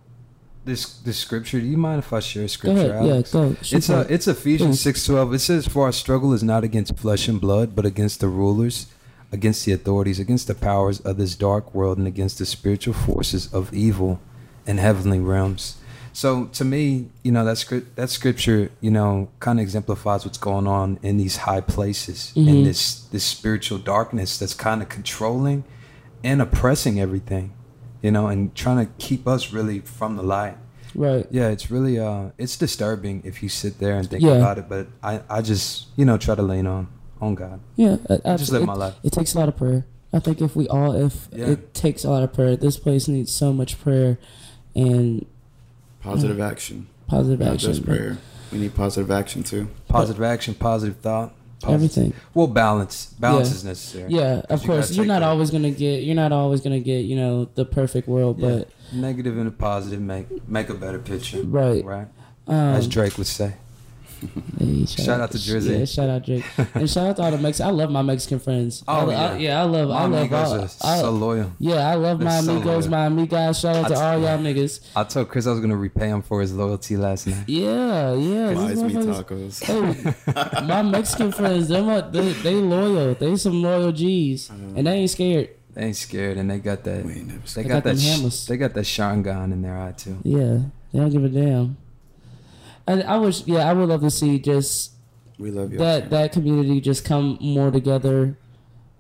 this this scripture. Do you mind if I share a
Go
scripture?
ahead. Yeah,
Alex?
go. shoot
It's a,
that.
it's Ephesians six twelve. It says, "For our struggle is not against flesh and blood, but against the rulers, against the authorities, against the powers of this dark world, and against the spiritual forces of evil in heavenly realms." So, to me, you know that script that scripture, you know, kind of exemplifies what's going on in these high places in this this spiritual darkness that's kind of controlling and oppressing everything, you know, and trying to keep us really from the light.
right.
Yeah, it's really uh it's disturbing if you sit there and think
Yeah.
about it, but I I just, you know, try to lean on on God.
Yeah, I, I-
Just live
it,
my life.
It takes a lot of prayer. I think if we all, if
Yeah.
it takes a lot of prayer, this place needs so much prayer and
Positive action,
positive
not
action.
just prayer. We need positive action too.
Positive action, positive thought. Puzzles.
everything.
Well, balance. Balance
Yeah.
is necessary.
Yeah,
'Cause
of
you
course.
gotta
You're
take
not
the
always gonna get. You're not always gonna get. You know the perfect world,
Yeah.
but
negative and a positive make make a better picture.
right.
Right.
Um,
As Drake would say.
hey,
Shout out to Drizzy.
Yeah, shout out Drake, and shout out to all the Mexicans. I love my Mexican friends.
Oh,
I, I-
yeah.
yeah, I love.
My
I love.
amigos
all-
are
I-
so loyal.
yeah, I love my
They're so
amigos,
loyal.
my amigas. Shout out to
I-
all y'all niggas.
I told Chris I was gonna repay him for his loyalty last night.
Yeah, yeah. these
Buys me
motherfuckers-
tacos.
Hey, my Mexican friends, them are- they they loyal. They some loyal G's, and they ain't scared.
They ain't scared and they got that.
We ain't never
They
They
got,
got them
that.
hammers.
Sh- they got that Shangon in their eye too.
Yeah, they don't give a damn. And I wish, yeah, I would love to see just
We love you.
that that community just come more together.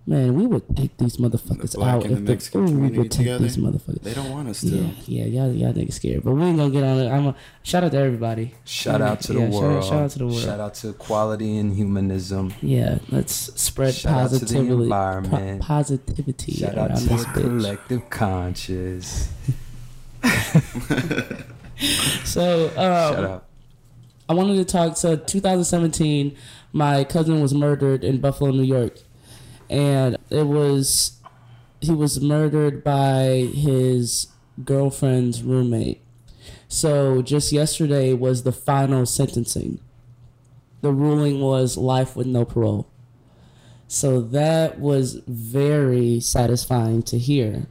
Man, we would take these motherfuckers
black
out
and the
if
Mexican
ooh, we
community
would take
together.
these motherfuckers.
They don't want us to.
Yeah, yeah, y'all, y'all niggas scared, but we ain't gonna get on it. I'm a, shout out to everybody.
Shout out to the
Yeah, shout out-
world.
shout out to the world.
Shout out to equality and humanism.
Yeah, let's spread
Shout out to the
positivity, po-
environment.
positivity
Shout
around
out to
this
the
bitch.
collective conscious.
So, um,
Shout out.
I wanted to talk. So, 2017, my cousin was murdered in Buffalo, New York, and it was he was murdered by his girlfriend's roommate. So, just yesterday was the final sentencing. The ruling was life with no parole. So that was very satisfying to hear.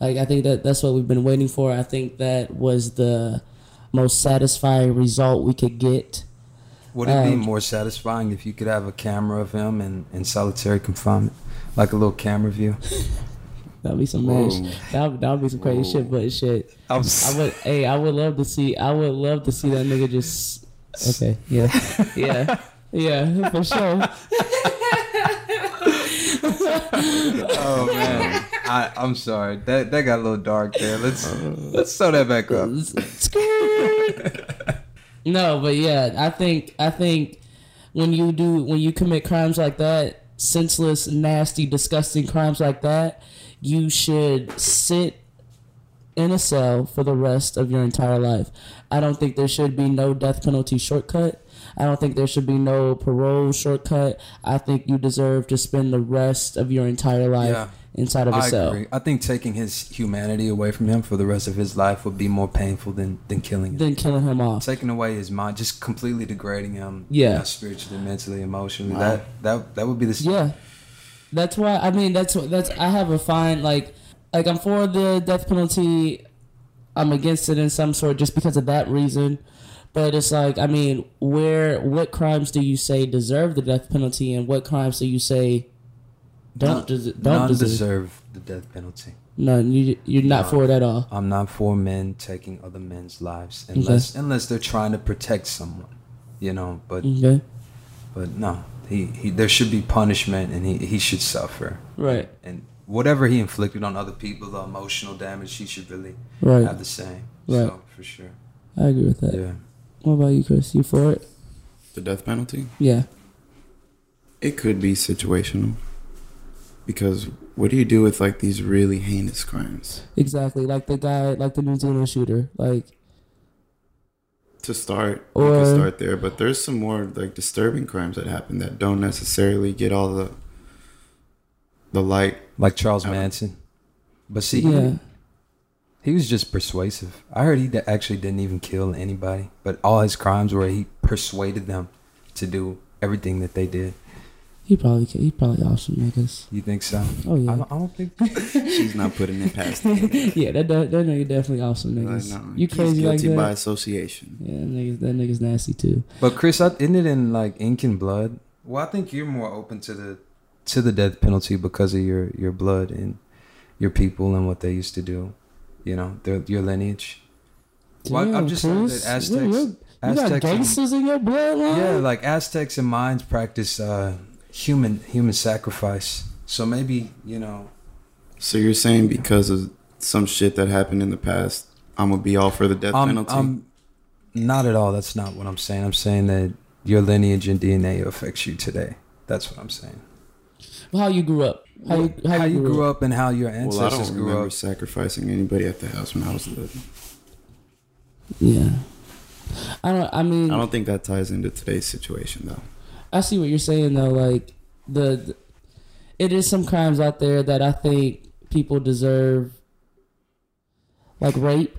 Like I think that that's what we've been waiting for. I think that was the most satisfying result we could get.
Would it be
Um,
more satisfying if you could have a camera of him in, in solitary confinement? Like a little camera view?
That'd be some mad
Whoa.
shit. That'd, that'd be some crazy shit. But shit,
I'm
I would. hey, I would love to see. I would love to see that nigga just. Okay. Yeah. Yeah. Yeah. For sure.
Oh man, I, I'm sorry. That that got a little dark there. Let's let's sew that back up.
Skirt. no, but yeah, I think I think when you do when you commit crimes like that, senseless, nasty, disgusting crimes like that, you should sit in a cell for the rest of your entire life. I don't think there should be no death penalty shortcut. I don't think there should be no parole shortcut. I think you deserve to spend the rest of your entire life
Yeah.
inside of a
I
cell.
agree. I think taking his humanity away from him for the rest of his life would be more painful than than killing him.
Then killing him off.
Taking away his mind, just completely degrading him.
Yeah.
you know, spiritually, mentally, emotionally. That that that would be the
Yeah, that's why. I mean, that's what that's. I have a fine like, like I'm for the death penalty. I'm against it in some sort just because of that reason. But it's like, I mean, where what crimes do you say deserve the death penalty, and what crimes do you say don't des- don't
None
deserve?
deserve the death penalty.
None. You you're not for it at all.
I'm not for men taking other men's lives unless unless they're trying to protect someone, you know. But
Okay.
but no, he, he there should be punishment and he, he should suffer.
Right.
and whatever he inflicted on other people, the emotional damage, he should really
Right.
have the same.
Right.
So for sure.
I agree with that.
Yeah.
What about you, Chris? You for it?
The death penalty?
Yeah.
It could be situational. Because what do you do with like these really heinous crimes?
Exactly. Like the guy, like the New Zealand shooter. Like
To start, we
Or-
can start there, but there's some more like disturbing crimes that happen that don't necessarily get all the the light.
Like Charles
I don't-
Manson. But see,
yeah.
he was just persuasive. I heard he d- actually didn't even kill anybody, but all his crimes were he persuaded them to do everything that they did.
He probably ca- he probably awesome niggas.
You think so?
Oh
I,
yeah,
don't, I don't think.
She's not putting it past
yeah. That that, that nigga definitely awesome
Like,
niggas.
no,
you
he's
crazy like
guilty
that?
by association.
yeah, niggas, that nigga's nasty too.
But Chris, I, isn't it in like ink and blood? Well, I think you're more open to the to the death penalty because of your your blood and your people and what they used to do. You know, their, your lineage. Well, I'm just saying that Aztecs-
you, you got
Aztecs and-
gangsters in your bloodline.
Yeah, like Aztecs and Mayans practice uh, human human sacrifice. So maybe you know.
So you're saying because of some shit that happened in the past, I'm gonna be all for the death
I'm,
penalty.
I'm not at all. That's not what I'm saying. I'm saying that your lineage and DNA affects you today. That's what I'm saying.
how you grew up? How you how,
How you grew up and how your
well, I
ancestors
don't
grew
remember
up.
sacrificing anybody at the house when I was little.
Yeah. I don't. I mean,
Hmm.
I don't think that ties into today's situation though.
I see what you're saying though. Like the, the- it is some crimes out there that I think people deserve, like rape,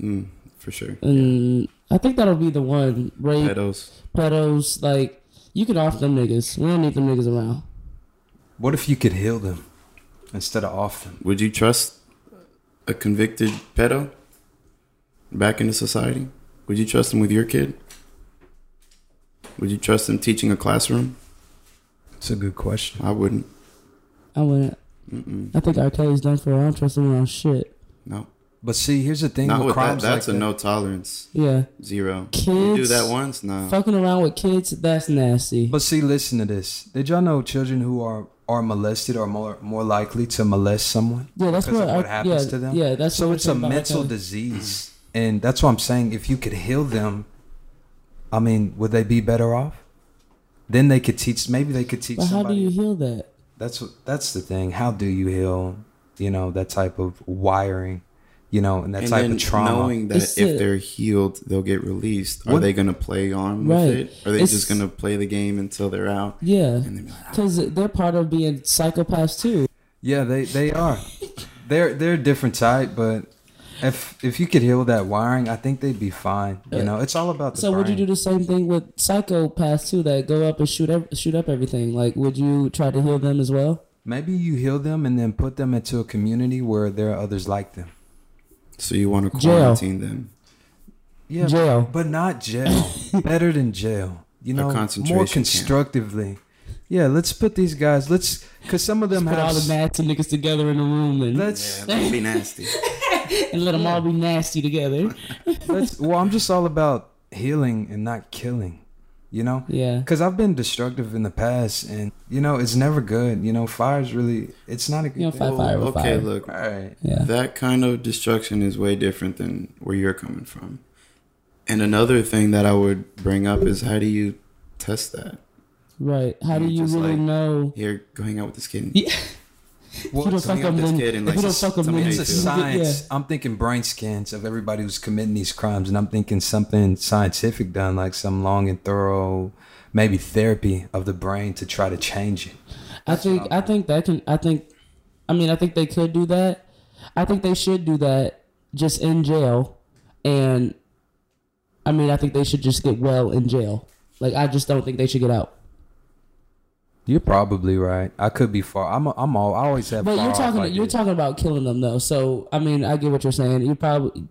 Mm, for sure.
and I think that'll be the one rape
Pedos.
pedos. Like you can off them niggas. We don't need them niggas around.
What if you could heal them instead of off them?
Would you trust a convicted pedo back into society? Would you trust him with your kid? Would you trust him teaching a classroom?
It's a good question.
I wouldn't.
I wouldn't. I think R. Kelly's done for. I don't trust him around shit.
No.
But see, here's the thing
Not
with,
with that.
crimes
That's
like
a
that.
no tolerance.
Yeah,
Zero. You do
Kids.
that once? No.
fucking around with kids, that's nasty.
But see, listen to this. Did y'all know children who are are molested are more more likely to molest someone?
yeah, that's
because
what,
of what
I-
happens
yeah,
to them.
Yeah, that's
So
what
it's a
we're talking about uh, R.
mental
Kelly.
disease, and that's why I'm saying if you could heal them, I mean, would they be better off? Then they could teach. Maybe they could teach
But how do
somebody.
you heal that?
that's what. That's the thing. How do you heal? You know that type of wiring, you know, and that
and
type
then
of trauma.
knowing that
It's
if
a-
they're healed, they'll get released. Are
What-
they going to play on with
Right.
it? Are they
It's-
just going to play the game until they're out?
Yeah,
And then be like,
because they're part of being psychopaths too.
Yeah, they they are. they're they're a different type, but if if you could heal that wiring, I think they'd be fine. You know, it's all about the
Uh, So would you do
brain.
the same thing with psychopaths too that go up and shoot ev- shoot up everything? Like, would you try to heal them as well?
Maybe you heal them and then put them into a community where there are others like them.
so you want to
Jail.
quarantine them?
Yeah,
Jail.
but not jail. Better than jail. You
A
know,
concentration
more
camp.
constructively. Yeah, let's put these guys. Let's because some of them
Put all
have.
the nasty niggas together in a room and,
let's
that'd be nasty.
and let them all be nasty together.
let's. Well, I'm just all about healing and not killing. You know.
Yeah.
Because I've been destructive in the past, and you know it's never good. You know, fire's really it's not a good
You know, fire-
thing.
fire with
okay,
fire.
look,
All right,
Yeah.
that kind of destruction is way different than where you're coming from. And another thing that I would bring up is how do you test that?
Right. How do
Yeah,
you
just
really
like-
know?
Here, going out with this kid.
Yeah.
Well,
if you don't
it's,
something
fuck
up
them,
this
then
kid and,
if
like,
you don't
s-
fuck them,
somebody
then
it's
Yeah.
a
Yeah.
science. I'm thinking brain scans of everybody who's committing these crimes, and I'm thinking something scientific done, like some long and thorough, maybe therapy of the brain to try to change it.
I think I think that can I think I mean I think they could do that. I think they should do that just in jail and I mean I think they should just get well in jail. Like I just don't think they should get out.
You're probably right. I could be far. I'm. I'm all. I always have.
But
far
you're
off
talking you're
ideas.
talking about killing them though. So I mean I get what you're saying. You probably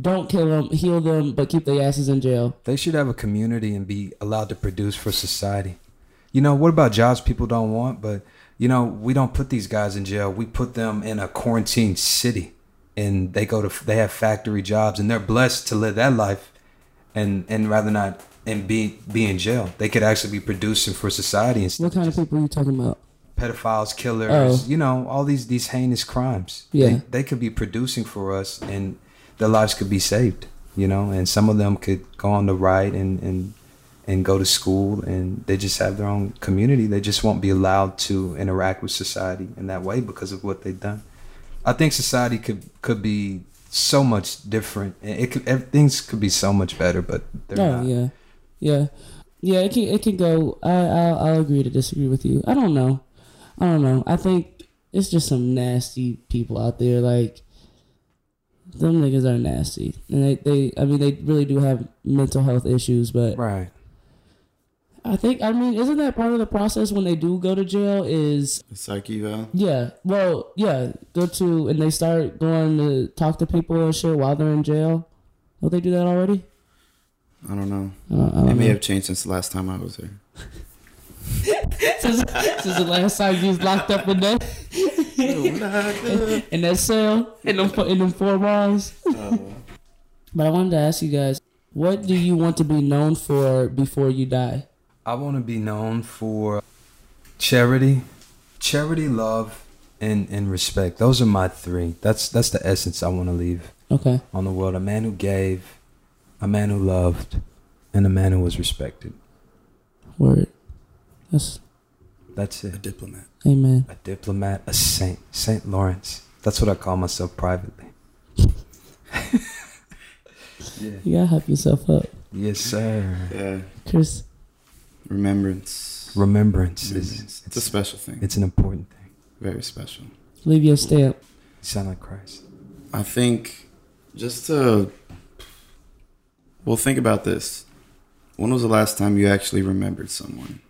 don't kill them, heal them, but keep their asses in jail.
They should have a community and be allowed to produce for society. You know, what about jobs people don't want? But, you know, we don't put these guys in jail. We put them in a quarantine city and they go to, they have factory jobs and they're blessed to live that life and, and rather not, and be, be in jail. They could actually be producing for society instead
What kind of people are you talking about?
pedophiles, killers,
Oh.
you know, all these, these heinous crimes.
Yeah.
They, they could be producing for us and their lives could be saved, you know, and some of them could go on the ride and, and, and go to school and they just have their own community. They just won't be allowed to interact with society in that way because of what they've done. I think society could, could be so much different. and It could, ev- things could be so much better, but they're
Oh
not.
yeah, yeah, yeah. It can it can go. I I'll, I'll agree to disagree with you. I don't know. I don't know. I think it's just some nasty people out there. Like them niggas are nasty, and they they. I mean, they really do have mental health issues. But
Right.
I think I mean, isn't that part of the process when they do go to jail? Is
The psyche valve.
yeah. Well, yeah. Go to and they start going to talk to people and shit while they're in jail. Don't they do that already?
I don't know.
I don't, I don't
It may
know.
have changed since the last time I was there.
since, since the last time you was locked up in that in that cell in them four- in them four walls. But I wanted to ask you guys, what do you want to be known for before you die?
I want to be known for charity, charity, love, and and respect. Those are my three. That's that's the essence I want to leave
Okay,
on the world. A man who gave, a man who loved, and a man who was respected.
word. That's
That's
A
it.
diplomat.
amen.
A diplomat, a saint, Saint Lawrence. That's what I call myself privately. yeah.
You gotta help yourself up,
Yes, sir.
Yeah.
Chris.
Remembrance.
Remembrance
Remembrance.
is
It's a special thing.
Mm-hmm. it's an important thing.
Very special.
Leave your stamp.
You sound like Christ.
I think just to well think about this. When was the last time you actually remembered someone?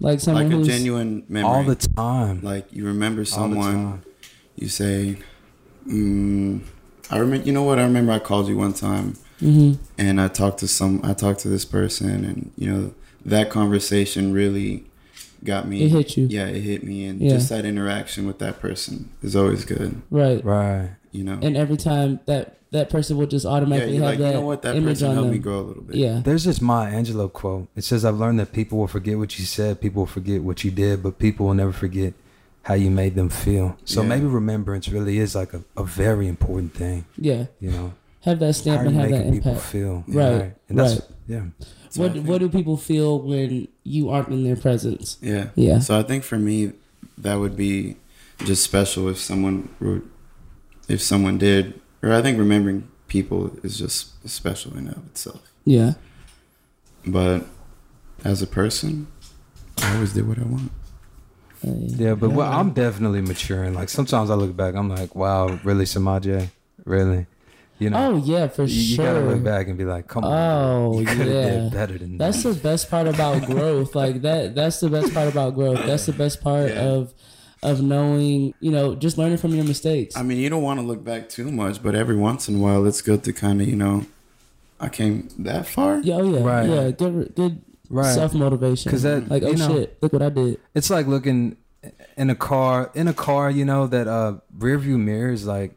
Like someone
like a
who's
genuine memory.
All the time.
like you remember
All the
someone,
time.
you say, mm, "I remember." You know what? I remember I called you one time,
Mhm.
and I talked to some. I talked to this person, and you know that conversation really got me.
It hit you.
Yeah, it hit me, and
Yeah.
just that interaction with that person is always good.
right.
Right.
You know.
And every time that that person will just
yeah,
automatically
you're
have
like,
that,
you know what? That
image
person
on
helped
them.
me grow a little bit.
Yeah.
There's this Maya Angelou quote. It says, I've learned that people will forget what you said, people will forget what you did, but people will never forget how you made them feel. So
Yeah.
maybe remembrance really is like a, a very important thing,
Yeah.
you know?
Have that
How
stamp
are you
and have
making
that
people
impact.
feel?
Right,
And that's,
right.
yeah.
So I
What
think-
what do people feel when you aren't in their presence?
Yeah.
Yeah.
So I think for me, that would be just special if someone wrote, if someone did, or I think remembering people is just special in and of itself.
Yeah.
But as a person, I always did what I want.
Uh,
Yeah, but well, I'm definitely maturing. Like sometimes I look back, I'm like, wow, really, Samaje? Really? You know?
Oh yeah, for
you, you
sure.
gotta look back and be like, come on.
Oh,
dude. you coulda did
yeah.
better than
That's
that.
the best part about growth. Like that that's the best part about growth. That's the best part
Yeah.
of of knowing, you know, just learning from your mistakes.
I mean, you don't want to look back too much, but every once in a while, it's good to kind of, you know, I came that far.
yeah, oh yeah.
Right.
Yeah, good good
Right.
self motivation.
'Cause that-
like, oh
you know-
shit, look what I did.
it's like looking in a car in a car you know that uh rear view mirror is like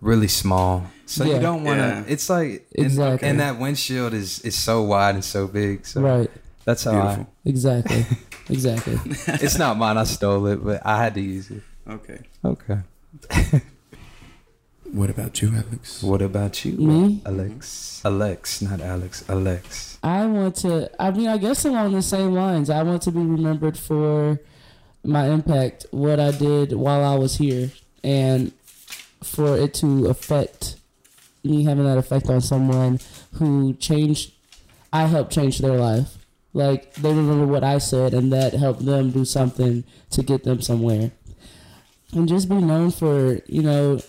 really small so
Yeah.
you don't want to
Yeah.
it's like
Exactly.
and, and that windshield is is so wide and so big so
Right.
that's how I,
Beautiful.
Exactly. exactly.
it's not mine i stole it but i had to use it
Okay.
okay
What about you, Alex?
what about you
Me?
alex alex not alex alex
I want to. I mean, I guess along the same lines, I want to be remembered for my impact, what I did while I was here, and for it to affect me having that effect on someone who changed. I helped change their life. Like they remember what I said, and that helped them do something to get them somewhere, and just be known for you know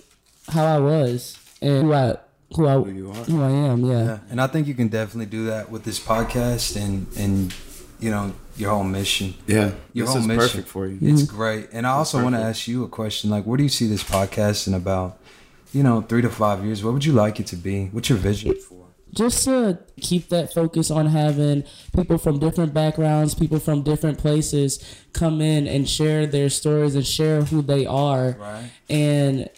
how I was and who I who I
Who you are.
who I am. yeah.
yeah and i think you can definitely do that with this podcast and and you know your whole mission
Yeah.
Your
this
whole
is
mission.
perfect for you.
Mm-hmm.
It's great. And I also want to
perfect.
ask you a question. Like, where do you see this podcast in about, you know, three to five years? What would you like it to be? What's your vision for?
just to keep that focus on having people from different backgrounds, people from different places come in and share their stories and share who they are
Right.
and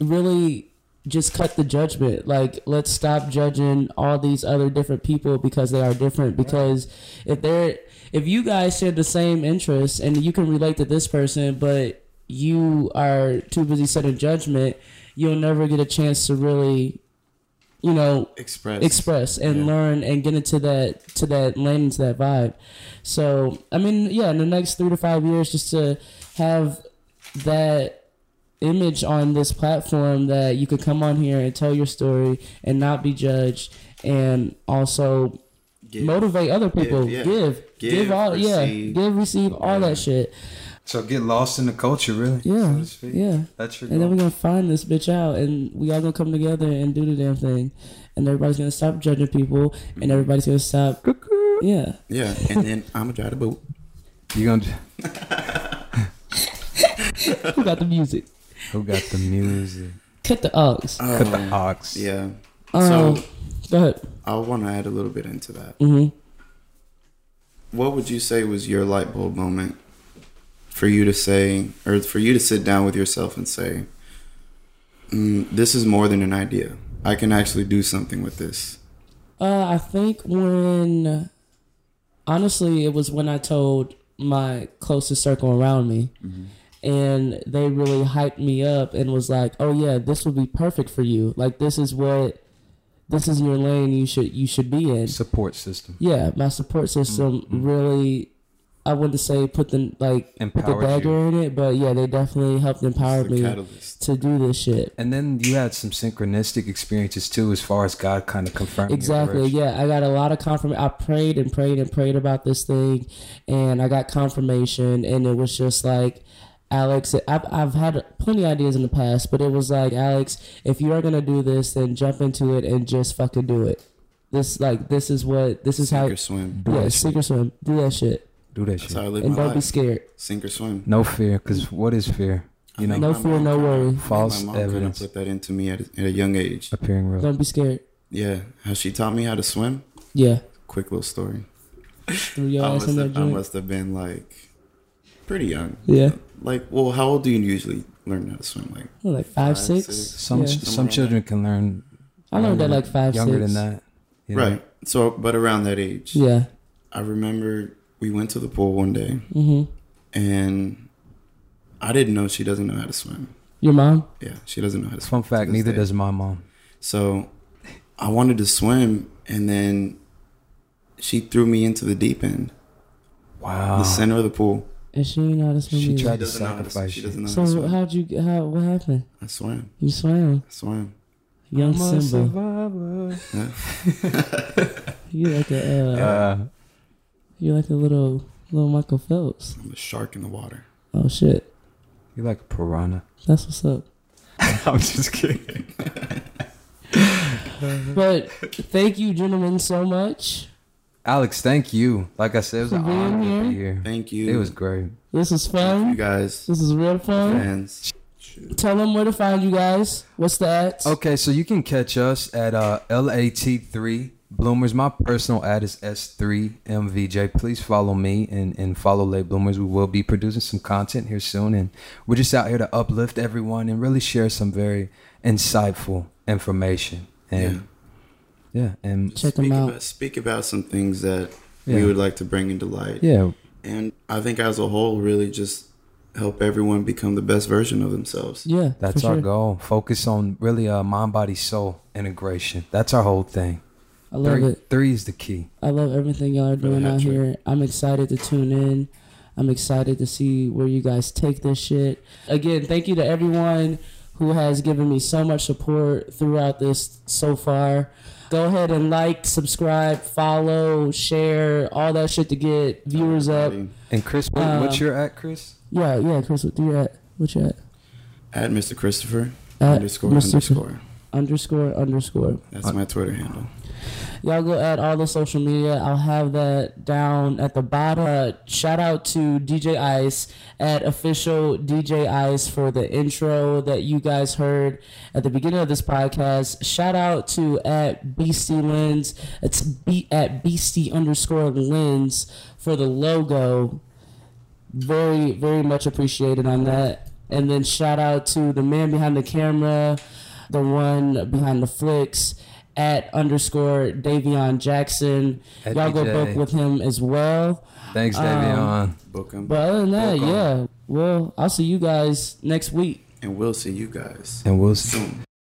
really just cut the judgment. Like, let's stop judging all these other different people because they are different. Because if they're, if you guys share the same interests and you can relate to this person, but you are too busy setting judgment, you'll never get a chance to really, you know,
Express.
express and learn and get into that to that lane into that vibe so i mean yeah in the next three to five years just to have that image on this platform that you could come on here and tell your story and not be judged and also
Give.
motivate other people
yeah.
give give,
Give,
all yeah
receive.
give receive all that shit
So get lost in the culture, really.
Yeah.
So to speak.
yeah
That's your
and then we're
goal.
gonna find this bitch out, and we all gonna come together and do the damn thing, and everybody's gonna stop judging people, and everybody's gonna stop. Yeah,
Yeah. And then I'm going to try to boot.
You gonna?
who got the music?
Who got the music?
Cut the Uggs.
Cut the ox.
Oh, Yeah.
Um,
so
go ahead.
I want to add a little bit into that.
hmm
What would you say was your light bulb moment for you to say, or for you to sit down with yourself and say, mm, "This is more than an idea. I can actually do something with this."
Uh, I think when, honestly, it was when I told my closest circle around me, and they really hyped me up and was like, "Oh yeah, this would be perfect for you. Like this is what, this is your lane. You should you should be in."
Support system.
Mm-hmm.
yeah, my support system really I wouldn't say put the like put the
Empowered
dagger
you.
in it, but yeah, they definitely helped empower
the
me
catalyst.
to do this shit.
And then you had some synchronistic experiences too, as far as God kind of confirming. your
Exactly.
direction.
Yeah, I got a lot of confirmation. I prayed and prayed and prayed about this thing, and I got confirmation, and it was just like, Alex, I've, I've had plenty of ideas in the past, but it was like, Alex, if you are gonna do this, then jump into it and just fucking do it. This like this is what this is how.
Sink or swim.
yeah, sink or swim. Do that shit,
Do that shit.
That's how I live
and
my
don't be
life.
scared.
Sink or swim.
No fear, because what is fear? You know,
think
No
my
fear,
mom
no
kinda-
worry.
I think
False
my mom kinda
evidence.
put that into me at a, at a young age.
appearing real.
Don't be scared.
Yeah, how she taught me how to swim.
Yeah.
Quick little story.
Threw your
I
ass
must,
in that
have, I
joint.
must have been like pretty young.
Yeah.
Like, well, how old do you usually learn how to swim? Like,
Like
Five,
five, six.
six.
Some
Yeah.
some children can learn.
I learned at
younger-
like five,
Um, younger
six.
than that. you know?
right. So, but around that age,
Yeah.
I remember we went to the pool one day
hmm
Mm-hmm.
and I didn't know she doesn't know how to swim.
Your mom?
Yeah, she doesn't know how to swim.
Fun fact:
this
neither
day.
does my mom.
So I wanted to swim and then she threw me into the deep end,
Wow.
the center of the pool.
And she ain't know how to swim.
She
either.
Ah. tried to
doesn't know how to,
sacrifice.
she
you.
doesn't know how
So
to swim.
how'd you? How? What happened?
I swam.
You swam,
I swam.
young
I'm a
Simba.
survivor.
You like a uh,
Uh,
you like a little little Michael Phelps.
I'm a shark in the water.
Oh shit,
You're like a piranha.
that's what's up.
I'm just kidding.
But thank you, gentlemen, so much.
Alex, thank you. Like I said, it was an
For being
honor to be
here.
here.
Thank you.
It was great.
This is
you
fun.
guys,
This is real fun.
fans.
Tell them where to find you guys. What's the ads?
Okay, so you can catch us at uh, LAT3 Bloomers. My personal ad is S3MVJ. Please follow me and, and follow Late Bloomers. We will be producing some content here soon. And we're just out here to uplift everyone and really share some very insightful information. And yeah, and
Check them
speak
out.
About, speak about some things that we
Yeah.
would like to bring into light.
yeah,
And I think as a whole, really just help everyone become the best version of themselves.
Yeah,
that's
for
our
sure.
goal. Focus on really uh, mind, body, soul integration. That's our whole thing.
I love
three,
it.
three is the key.
I love everything y'all are doing
hat
out
trick.
here. I'm excited to tune in. I'm excited to see where you guys take this shit. Again, thank you to everyone who has given me so much support throughout this so far. Go ahead and like, subscribe, follow, share, all that shit to get viewers up.
And Chris, what, what's
Um,
your at, Chris?
Yeah, yeah, Chris, what you at? What you at?
At Mr. Christopher
At
underscore
Mr.
underscore.
Underscore, underscore.
That's my Twitter handle.
Y'all go add all the social media. I'll have that down at the bottom. Uh, shout out to DJ Ice at official DJ Ice for the intro that you guys heard at the beginning of this podcast. Shout out to at BC Lens. It's B at BC underscore Lens for the logo. Very, very much appreciated on that. And then shout out to the man behind the camera, the one behind the flicks, at underscore Davion Jackson.
At
Y'all go
DJ.
book with him as well.
Thanks,
um,
Davion.
Book 'em.
But other than that,
Book 'em.
yeah. Well, I'll see you guys next week.
And we'll see you guys
and we'll see.
soon.